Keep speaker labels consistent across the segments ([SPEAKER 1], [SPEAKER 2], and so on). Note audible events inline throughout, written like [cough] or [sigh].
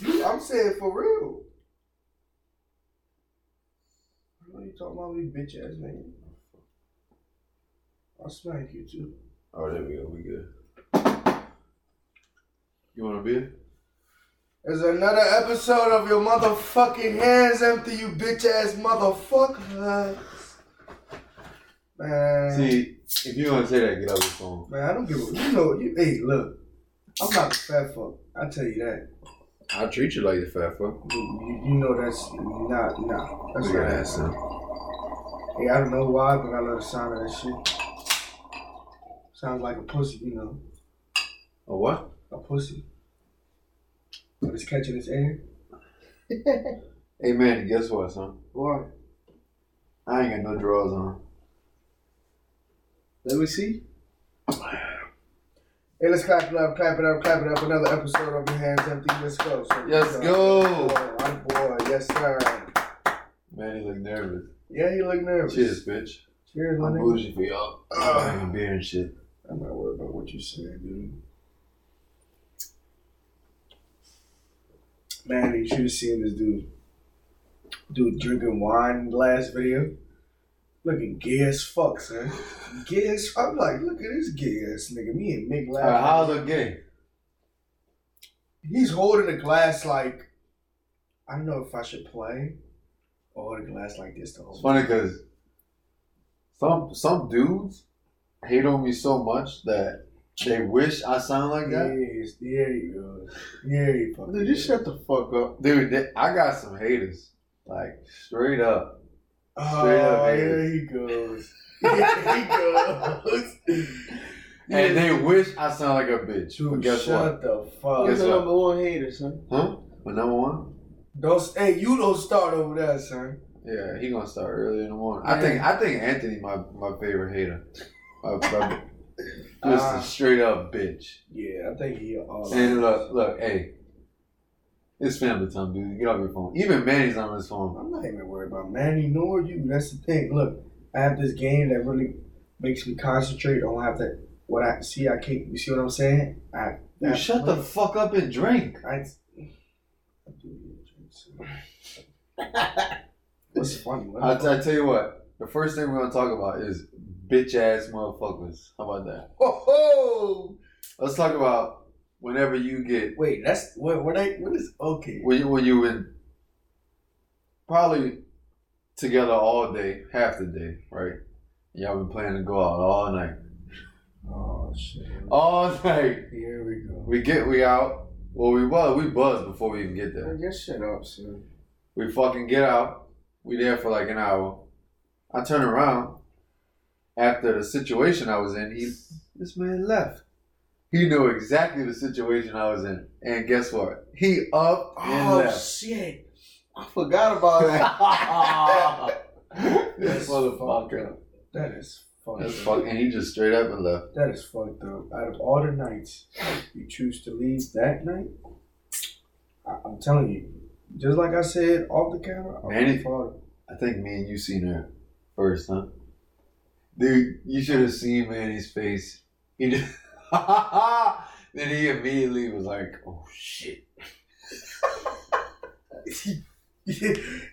[SPEAKER 1] you, I'm saying for real. What are you talking about, you bitch ass nigga? I'll smack you too.
[SPEAKER 2] Oh, there we go. We good. You want a beer?
[SPEAKER 1] There's another episode of your motherfucking hands empty, you bitch ass motherfucker. Man.
[SPEAKER 2] See, if you want to say that, get out the phone.
[SPEAKER 1] Man, I don't give a you know you hey look. I'm not a fat fuck. I tell you that.
[SPEAKER 2] I treat you like a fat fuck.
[SPEAKER 1] You, you- you know that's not nah. That's
[SPEAKER 2] Look
[SPEAKER 1] not
[SPEAKER 2] at
[SPEAKER 1] that.
[SPEAKER 2] that son.
[SPEAKER 1] Hey, I don't know why, but I love the sound of that shit. Sounds like a pussy, you know.
[SPEAKER 2] A what?
[SPEAKER 1] A pussy. But it's catching its air.
[SPEAKER 2] Hey man, guess what, son?
[SPEAKER 1] Why?
[SPEAKER 2] I ain't got no drawers on.
[SPEAKER 1] Let me see. Hey, let's clap it up, clap it up, clap it up. Another episode of Your Hands Empty. Let's go. So,
[SPEAKER 2] Let's
[SPEAKER 1] so,
[SPEAKER 2] go.
[SPEAKER 1] boy, I'm boy. Yes, sir.
[SPEAKER 2] Man, he look nervous.
[SPEAKER 1] Yeah, you look nervous.
[SPEAKER 2] Cheers, bitch.
[SPEAKER 1] Cheers, my
[SPEAKER 2] I'm
[SPEAKER 1] nigga. Uh,
[SPEAKER 2] bougie for y'all. I'm having beer and shit.
[SPEAKER 1] I'm not worried about what you said, dude. Man, you should have seen this dude. Dude drinking wine last video. Looking gay as fuck, son. Gay as I'm like, look at this gay ass nigga. Me and Mick
[SPEAKER 2] All
[SPEAKER 1] laugh.
[SPEAKER 2] right, how's it gay?
[SPEAKER 1] He's holding a glass like I don't know if I should play or hold a glass like this to
[SPEAKER 2] It's
[SPEAKER 1] hold.
[SPEAKER 2] funny because some some dudes hate on me so much that they wish I sound like that.
[SPEAKER 1] Yes, there you go. Yeah, you fucking.
[SPEAKER 2] Dude, just shut the fuck up, dude. th- I got some haters, like straight up.
[SPEAKER 1] Oh,
[SPEAKER 2] Straight up, man.
[SPEAKER 1] here he
[SPEAKER 2] [laughs]
[SPEAKER 1] goes. Here he goes.
[SPEAKER 2] And they wish I sound like a bitch. but
[SPEAKER 1] Dude,
[SPEAKER 2] guess what?
[SPEAKER 1] shut the fuck
[SPEAKER 2] Guess
[SPEAKER 3] You're the
[SPEAKER 1] up.
[SPEAKER 2] what?
[SPEAKER 3] number one hater, son.
[SPEAKER 2] Huh? But number one,
[SPEAKER 1] Don't, hey, you don't start over there, son.
[SPEAKER 2] yeah, he gonna start early in the morning. I think I think Anthony my my favorite hater. My, [laughs] my, just
[SPEAKER 1] Ah.
[SPEAKER 2] a straight up bitch.
[SPEAKER 1] Yeah, I think he uh, all.
[SPEAKER 2] And look, look, hey, it's family time, dude. Get off your phone. Even Manny's on his phone.
[SPEAKER 1] I'm not even worried about Manny nor you. That's the thing. Look, I have this game that really makes me concentrate on have to what I see. I can't. You see what I'm saying? I
[SPEAKER 2] Dude,
[SPEAKER 1] I-
[SPEAKER 2] shut the fuck up and drink.
[SPEAKER 1] I, I do [laughs] What's funny? What
[SPEAKER 2] I, I tell you what, the first thing we're gonna talk about is bitch ass motherfuckers. How about that?
[SPEAKER 1] Ho, ho!
[SPEAKER 2] Let's talk about whenever you get
[SPEAKER 1] Wait, that's what? What? I, what is okay?
[SPEAKER 2] when you when you in probably together all day, half the day, right? Y'all been planning to go out all night,
[SPEAKER 1] Oh shit!
[SPEAKER 2] all [laughs] night.
[SPEAKER 1] Here we go.
[SPEAKER 2] We get we out. Well, we was we buzzed before we even get there.
[SPEAKER 3] Man, just shut up, son.
[SPEAKER 2] We fucking get out. We there for like an hour. I turn around. After the situation I was in, he this man left. He knew exactly the situation I was in, and guess what? He up and
[SPEAKER 3] Oh,
[SPEAKER 2] left.
[SPEAKER 3] shit. I forgot about that. [laughs]
[SPEAKER 1] [laughs]
[SPEAKER 2] this motherfucker.
[SPEAKER 1] That is fucked.
[SPEAKER 2] That's
[SPEAKER 1] up.
[SPEAKER 2] fucking. And he just straight up and left.
[SPEAKER 1] That is fucked up. Out of all the nights you choose to leave that night, I, I'm telling you, just like I said off the camera, I'm
[SPEAKER 2] Manny-
[SPEAKER 1] for it.
[SPEAKER 2] I think me and you seen her first, huh? Dude, you should have seen Manny's face. He just, [laughs] then he immediately was like, "Oh shit."
[SPEAKER 1] [laughs]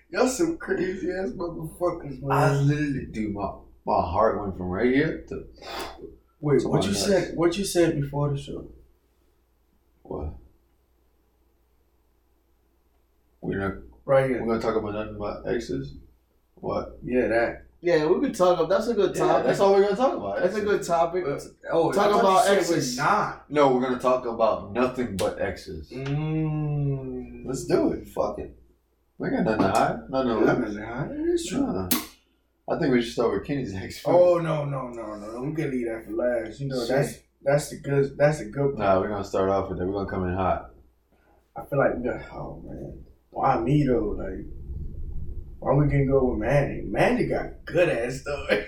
[SPEAKER 1] Y'all some crazy ass motherfuckers, man.
[SPEAKER 2] I literally, dude, my, my heart went from right here to
[SPEAKER 1] Wait,
[SPEAKER 2] Come
[SPEAKER 1] what
[SPEAKER 2] on,
[SPEAKER 1] you
[SPEAKER 2] guys.
[SPEAKER 1] said? What you said before the show?
[SPEAKER 2] what? We're not.
[SPEAKER 1] Right
[SPEAKER 2] We're
[SPEAKER 1] here.
[SPEAKER 2] gonna talk about nothing about exes. What?
[SPEAKER 1] Yeah, that.
[SPEAKER 3] yeah, we could talk about That's a good topic.
[SPEAKER 2] that's all we're gonna talk about.
[SPEAKER 3] That's a good topic.
[SPEAKER 1] Oh,
[SPEAKER 3] Talk
[SPEAKER 1] I thought
[SPEAKER 3] about
[SPEAKER 1] you said
[SPEAKER 3] exes.
[SPEAKER 1] We're not.
[SPEAKER 2] No, we're gonna talk about nothing but exes.
[SPEAKER 1] Mm.
[SPEAKER 2] Let's do it. Fuck it. We got nothing to hide. Nothing to
[SPEAKER 1] That
[SPEAKER 2] lose.
[SPEAKER 1] is hot. That is true.
[SPEAKER 2] Nah. I think we should start with Kenny's ex. first.
[SPEAKER 1] Oh no no no no! no. We can leave that for last. You know that's that's the good that's the good.
[SPEAKER 2] Nah, we're gonna start off with that. We're gonna come in hot.
[SPEAKER 1] I feel like we got oh man, why me though? Like why we can go with Manny? Manny got good ass [laughs] story.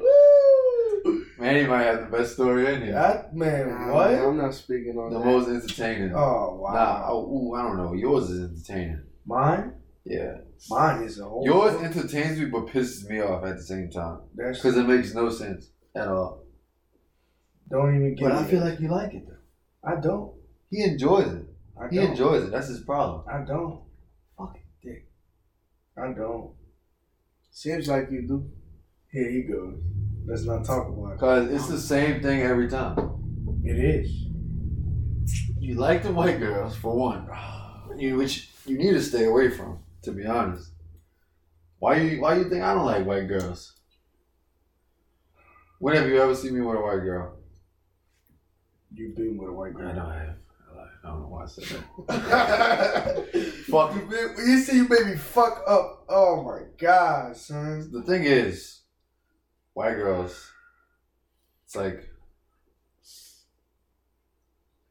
[SPEAKER 1] Woo!
[SPEAKER 2] Manny might have the best story in here.
[SPEAKER 1] That man,
[SPEAKER 3] Nah,
[SPEAKER 1] what?
[SPEAKER 3] I'm not speaking on
[SPEAKER 2] The
[SPEAKER 3] that.
[SPEAKER 2] most entertaining.
[SPEAKER 1] Oh
[SPEAKER 2] Nah,
[SPEAKER 1] wow,
[SPEAKER 2] oh, ooh, I don't know. Yours is entertaining.
[SPEAKER 1] mine
[SPEAKER 2] Yeah.
[SPEAKER 1] mine is a whole
[SPEAKER 2] Yours entertains me but pisses me off at the same time
[SPEAKER 1] That's
[SPEAKER 2] because it makes no sense at all.
[SPEAKER 1] don't even get.
[SPEAKER 2] But I
[SPEAKER 1] me.
[SPEAKER 2] feel like you like it though.
[SPEAKER 1] I don't.
[SPEAKER 2] He enjoys it.
[SPEAKER 1] I
[SPEAKER 2] He
[SPEAKER 1] don't.
[SPEAKER 2] enjoys it. That's his problem.
[SPEAKER 1] I don't.
[SPEAKER 2] Fucking
[SPEAKER 1] dick. I don't.
[SPEAKER 3] Seems like you do.
[SPEAKER 1] Here he goes. Let's not talk about
[SPEAKER 2] Cause it's the same thing every time.
[SPEAKER 1] it. It is.
[SPEAKER 2] You like the white girls for one, [sighs] you, which you need to stay away from. To be honest, why you why you think I don't like white girls? When have you ever seen me with a white girl?
[SPEAKER 1] You've been with a white
[SPEAKER 3] [laughs]
[SPEAKER 1] girl.
[SPEAKER 2] I have. I don't know why I said that.
[SPEAKER 1] fuck. You, made- you see, you made me fuck up. Oh my god, son.
[SPEAKER 2] The thing is, white girls, it's like,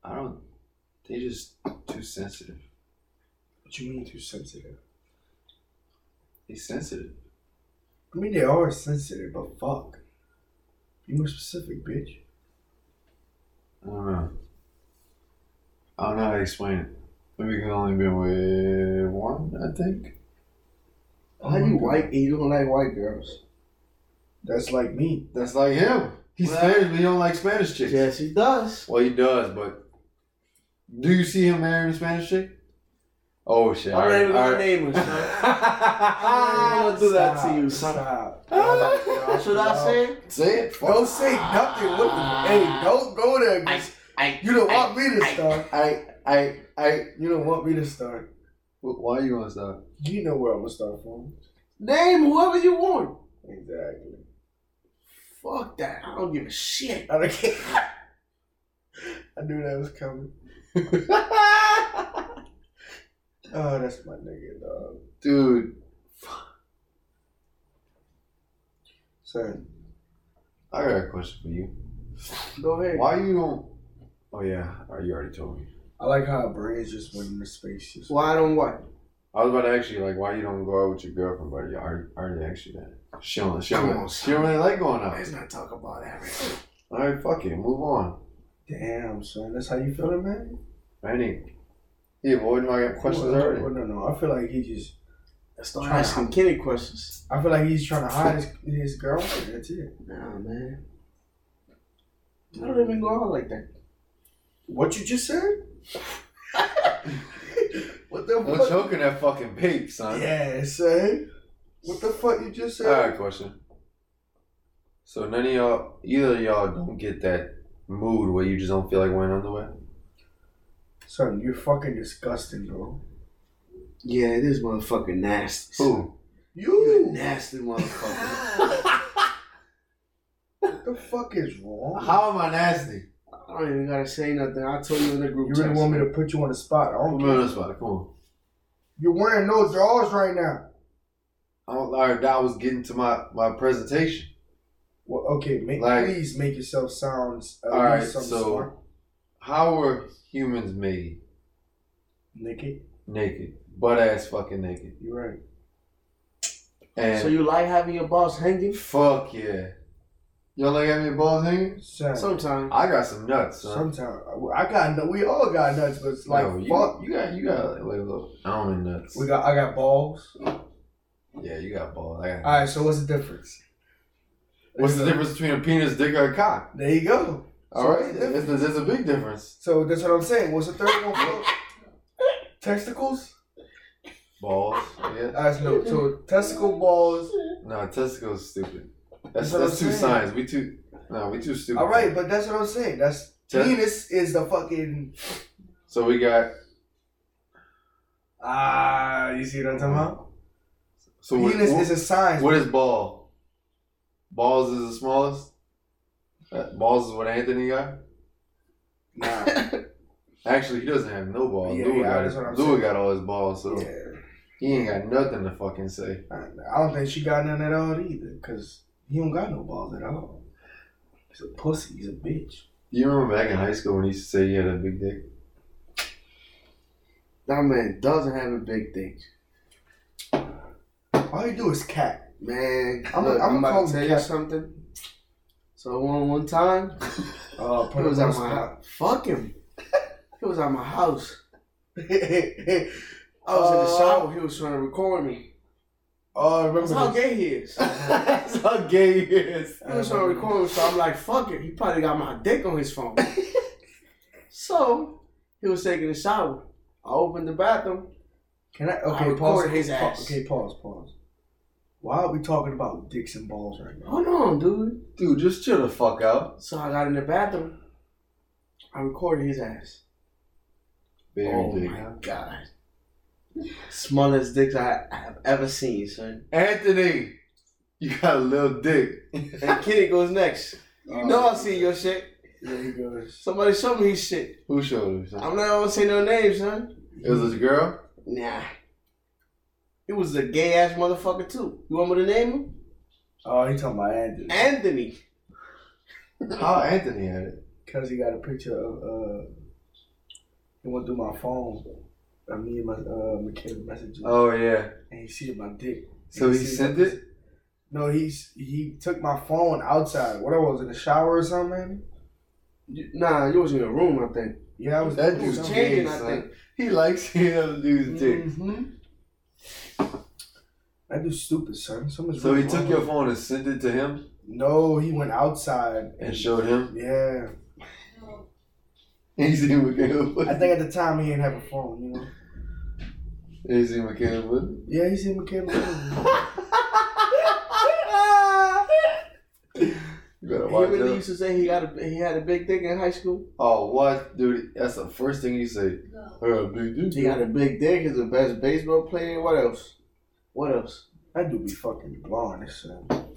[SPEAKER 2] I don't, they just too sensitive.
[SPEAKER 1] What you mean too sensitive?
[SPEAKER 2] They sensitive.
[SPEAKER 1] I mean, they are sensitive, but fuck. Be more specific, bitch.
[SPEAKER 2] I don't know. I don't know how to explain it. Maybe can only been with one, I think.
[SPEAKER 3] How you white and you don't like white girls?
[SPEAKER 1] That's like me.
[SPEAKER 2] That's like him. He's
[SPEAKER 3] Well-
[SPEAKER 2] Spanish, but he don't like Spanish chicks.
[SPEAKER 3] Yes, he does.
[SPEAKER 2] Well, he does, but do you see him marrying a Spanish chick? Oh shit!
[SPEAKER 3] I'm not even
[SPEAKER 2] all
[SPEAKER 3] gonna
[SPEAKER 2] right.
[SPEAKER 3] name him. son.
[SPEAKER 2] All
[SPEAKER 3] I'm
[SPEAKER 2] [laughs] right.
[SPEAKER 3] not even gonna do that to you. son.
[SPEAKER 1] Stop.
[SPEAKER 2] [laughs]
[SPEAKER 3] [laughs] Should I say?
[SPEAKER 2] Say it. Fuck.
[SPEAKER 1] Don't say nothing. What the, hey, don't go there. 'cause
[SPEAKER 2] I-
[SPEAKER 1] you don't want me to start.
[SPEAKER 2] I, I, I.
[SPEAKER 1] You don't want me to start.
[SPEAKER 2] Why are you gonna stop?
[SPEAKER 1] You know where I'm gonna start from.
[SPEAKER 3] Name whoever you want.
[SPEAKER 1] Exactly.
[SPEAKER 3] Fuck that. I don't give a shit.
[SPEAKER 1] I don't care. [laughs] I knew that was coming. [laughs] Oh, that's my nigga, dog.
[SPEAKER 2] Dude,
[SPEAKER 1] Son,
[SPEAKER 2] I got a question for you.
[SPEAKER 3] Go ahead.
[SPEAKER 2] Why you don't? Oh yeah, all right, you already told me.
[SPEAKER 1] I like how our brains just went into space. Just
[SPEAKER 3] Why I don't what?
[SPEAKER 2] I was about to ask you like why you don't go out with your girlfriend, but you already, I already asked you that. She don't, she
[SPEAKER 3] Come
[SPEAKER 2] don't,
[SPEAKER 3] on,
[SPEAKER 2] she don't really like going out.
[SPEAKER 3] Let's not talk about that. Man.
[SPEAKER 2] All right, fuck it, move on.
[SPEAKER 1] Damn, son. That's how you feeling, man?
[SPEAKER 2] Manny, he avoided my questions
[SPEAKER 1] Well,
[SPEAKER 2] already.
[SPEAKER 1] well, no, no. I feel like he just.
[SPEAKER 3] Let's start
[SPEAKER 1] Try
[SPEAKER 3] asking Kenny questions.
[SPEAKER 1] I feel like he's trying to hide his, his girlfriend. That's it.
[SPEAKER 3] Nah, man. I don't even go out like that.
[SPEAKER 1] What you just
[SPEAKER 2] [laughs]
[SPEAKER 1] said? what the
[SPEAKER 2] No
[SPEAKER 1] fuck?
[SPEAKER 2] choking that fucking pig, son.
[SPEAKER 1] Yeah, son. What the fuck you just
[SPEAKER 2] All
[SPEAKER 1] said?
[SPEAKER 2] right, question. So none of y'all, either of y'all, don't get that mood where you just don't feel like wearing underwear.
[SPEAKER 1] Son, you're fucking disgusting, bro.
[SPEAKER 3] Yeah, it is motherfucking nasty.
[SPEAKER 2] Who?
[SPEAKER 3] You a
[SPEAKER 1] You.
[SPEAKER 3] nasty [laughs] motherfucker.
[SPEAKER 1] What the fuck is wrong?
[SPEAKER 2] How am I nasty?
[SPEAKER 3] I don't even gotta say nothing. I told you in the group
[SPEAKER 1] You really
[SPEAKER 3] text.
[SPEAKER 1] want me to put you on the spot? I
[SPEAKER 2] Put
[SPEAKER 1] don't
[SPEAKER 2] me on
[SPEAKER 1] care.
[SPEAKER 2] the spot. Come on.
[SPEAKER 1] You're wearing no drawers right now.
[SPEAKER 2] I, don't, I, I was getting to my, my presentation.
[SPEAKER 1] Well, okay, make,
[SPEAKER 2] Like-
[SPEAKER 1] please make yourself sound at
[SPEAKER 2] All right,
[SPEAKER 1] least some
[SPEAKER 2] so-
[SPEAKER 1] smart.
[SPEAKER 2] How were humans made?
[SPEAKER 1] Naked,
[SPEAKER 2] Naked. Butt ass fucking naked.
[SPEAKER 1] you're right.
[SPEAKER 2] And
[SPEAKER 3] So you like having your balls hanging?
[SPEAKER 2] fuck yeah. Y'all like having your balls hanging?
[SPEAKER 1] Son,
[SPEAKER 3] Sometimes.
[SPEAKER 2] I got some nuts, son.
[SPEAKER 1] sometimes I got nu- we all got nuts, but it's like
[SPEAKER 2] Yo, you,
[SPEAKER 1] fuck.
[SPEAKER 2] you got, you got, like, look, almond nuts.
[SPEAKER 1] We got I got balls.
[SPEAKER 2] yeah, you got balls. I got
[SPEAKER 1] All right, so what's the difference?
[SPEAKER 2] What's the
[SPEAKER 1] There you
[SPEAKER 2] difference between a penis, dick, or a cock?
[SPEAKER 1] go. There you go.
[SPEAKER 2] All right, there's, there's a big difference.
[SPEAKER 1] So that's what I'm saying. What's the third one? For? Testicles?
[SPEAKER 2] Balls, yeah.
[SPEAKER 1] All right, no. So testicle balls.
[SPEAKER 2] No, testicles stupid. That's
[SPEAKER 1] That's what
[SPEAKER 2] that's
[SPEAKER 1] I'm
[SPEAKER 2] too
[SPEAKER 1] saying.
[SPEAKER 2] science. We too. No, we too stupid.
[SPEAKER 1] All right, but that's what I'm saying. That's
[SPEAKER 2] Test-
[SPEAKER 1] penis is the fucking
[SPEAKER 2] So we got.
[SPEAKER 1] ah. You see what I'm talking about?
[SPEAKER 2] So what,
[SPEAKER 1] penis
[SPEAKER 2] what-
[SPEAKER 1] is a science.
[SPEAKER 2] what is ball? Balls is the smallest. Uh, balls is what Anthony got.
[SPEAKER 1] Nah.
[SPEAKER 2] Actually, he doesn't have no balls.
[SPEAKER 1] Yeah,
[SPEAKER 2] Louis
[SPEAKER 1] yeah,
[SPEAKER 2] got,
[SPEAKER 1] that's what I'm
[SPEAKER 2] Louis
[SPEAKER 1] saying.
[SPEAKER 2] got all his balls, so
[SPEAKER 1] Yeah.
[SPEAKER 2] he ain't got nothing to fucking say.
[SPEAKER 1] I I don't think she got none at all either, cause he don't got no balls at all. He's a pussy. He's a bitch.
[SPEAKER 2] You remember back in high school when he used to say he had a big dick?
[SPEAKER 3] That man doesn't have a big dick.
[SPEAKER 1] All he do is cat.
[SPEAKER 3] Man,
[SPEAKER 1] I'm
[SPEAKER 3] I'm,
[SPEAKER 1] a-
[SPEAKER 3] look,
[SPEAKER 1] I'm
[SPEAKER 3] I'm,
[SPEAKER 1] a
[SPEAKER 3] about
[SPEAKER 1] cold
[SPEAKER 3] to tell you
[SPEAKER 1] cat.
[SPEAKER 3] something. So one one time,
[SPEAKER 2] Oh,
[SPEAKER 1] Uh,
[SPEAKER 3] it
[SPEAKER 1] put
[SPEAKER 3] was
[SPEAKER 1] him
[SPEAKER 3] at
[SPEAKER 1] on
[SPEAKER 3] my
[SPEAKER 1] the [laughs] spot.
[SPEAKER 3] house. Fuck him. It was at my house. I was in the shower. He was trying to record me.
[SPEAKER 1] Oh, I remember
[SPEAKER 3] That's how
[SPEAKER 1] this.
[SPEAKER 3] gay he is.
[SPEAKER 2] That's how gay he is.
[SPEAKER 1] I
[SPEAKER 3] He was trying to
[SPEAKER 1] remember
[SPEAKER 3] record me, so I'm like, fuck it. He
[SPEAKER 1] [laughs]
[SPEAKER 3] probably got my dick on his phone. so he was taking a shower. I opened the bathroom.
[SPEAKER 1] Can I?
[SPEAKER 3] I
[SPEAKER 1] Okay,
[SPEAKER 3] record
[SPEAKER 1] pause.
[SPEAKER 3] his
[SPEAKER 1] pa-
[SPEAKER 3] ass.
[SPEAKER 1] Okay, pause, pause. Why are we talking about dicks and balls right now?
[SPEAKER 3] Hold on, dude.
[SPEAKER 2] Dude, just chill the fuck out.
[SPEAKER 3] So I got in the bathroom. I recorded his ass.
[SPEAKER 2] Baby
[SPEAKER 3] oh
[SPEAKER 2] dick.
[SPEAKER 3] my god. Smallest dicks I I have ever seen, son.
[SPEAKER 2] Anthony, you got a little dick.
[SPEAKER 3] And Kitty goes next.
[SPEAKER 1] Oh.
[SPEAKER 3] You know I see your shit.
[SPEAKER 1] There he goes.
[SPEAKER 3] Somebody showed me his shit.
[SPEAKER 2] Who showed him? son?
[SPEAKER 3] I'm not gonna say no names, son.
[SPEAKER 2] It was this girl?
[SPEAKER 3] Nah. It was a gay ass motherfucker too. You want me to name him?
[SPEAKER 1] Oh, he talking about Anthony.
[SPEAKER 3] Anthony.
[SPEAKER 2] How Oh, Anthony had it?
[SPEAKER 1] Cause he got a picture of uh, he went through my phone. I me and my uh, McKenna messages,
[SPEAKER 2] Oh, yeah.
[SPEAKER 1] and he see my dick.
[SPEAKER 2] So he
[SPEAKER 1] see
[SPEAKER 2] sent
[SPEAKER 1] my-
[SPEAKER 2] it?
[SPEAKER 1] No, he's he took my phone outside. What I was in the shower or something. Maybe?
[SPEAKER 3] You- Nah, you was in the room, I think.
[SPEAKER 1] Yeah, I was.
[SPEAKER 2] That
[SPEAKER 3] It
[SPEAKER 2] dude's
[SPEAKER 3] was
[SPEAKER 2] gay,
[SPEAKER 3] changing, I
[SPEAKER 2] son.
[SPEAKER 3] think.
[SPEAKER 2] He likes [laughs] seeing other dudes' dick.
[SPEAKER 1] Mhm.
[SPEAKER 3] Mm-hmm.
[SPEAKER 1] That dude's stupid, son. Something's
[SPEAKER 2] So he
[SPEAKER 1] really
[SPEAKER 2] took
[SPEAKER 1] wrong
[SPEAKER 2] your
[SPEAKER 1] with-
[SPEAKER 2] phone and sent it to him
[SPEAKER 1] No, he went outside
[SPEAKER 2] and showed him. [laughs]
[SPEAKER 1] Yeah,
[SPEAKER 2] And he seen what came up with
[SPEAKER 1] I
[SPEAKER 2] it.
[SPEAKER 1] think at the time he didn't have a phone. You know.
[SPEAKER 2] And he seen what came up with it.
[SPEAKER 1] [laughs] Yeah, he seen McKenna.
[SPEAKER 2] You better
[SPEAKER 3] He
[SPEAKER 2] watch
[SPEAKER 3] really
[SPEAKER 2] out.
[SPEAKER 3] used to say he got a he had a big dick in high school.
[SPEAKER 2] Oh, what? Dude, that's the first thing you say. Oh, big dude.
[SPEAKER 3] He got a big dick. He's the best baseball player. What else? What else?
[SPEAKER 1] that dude be fucking blonde. This son.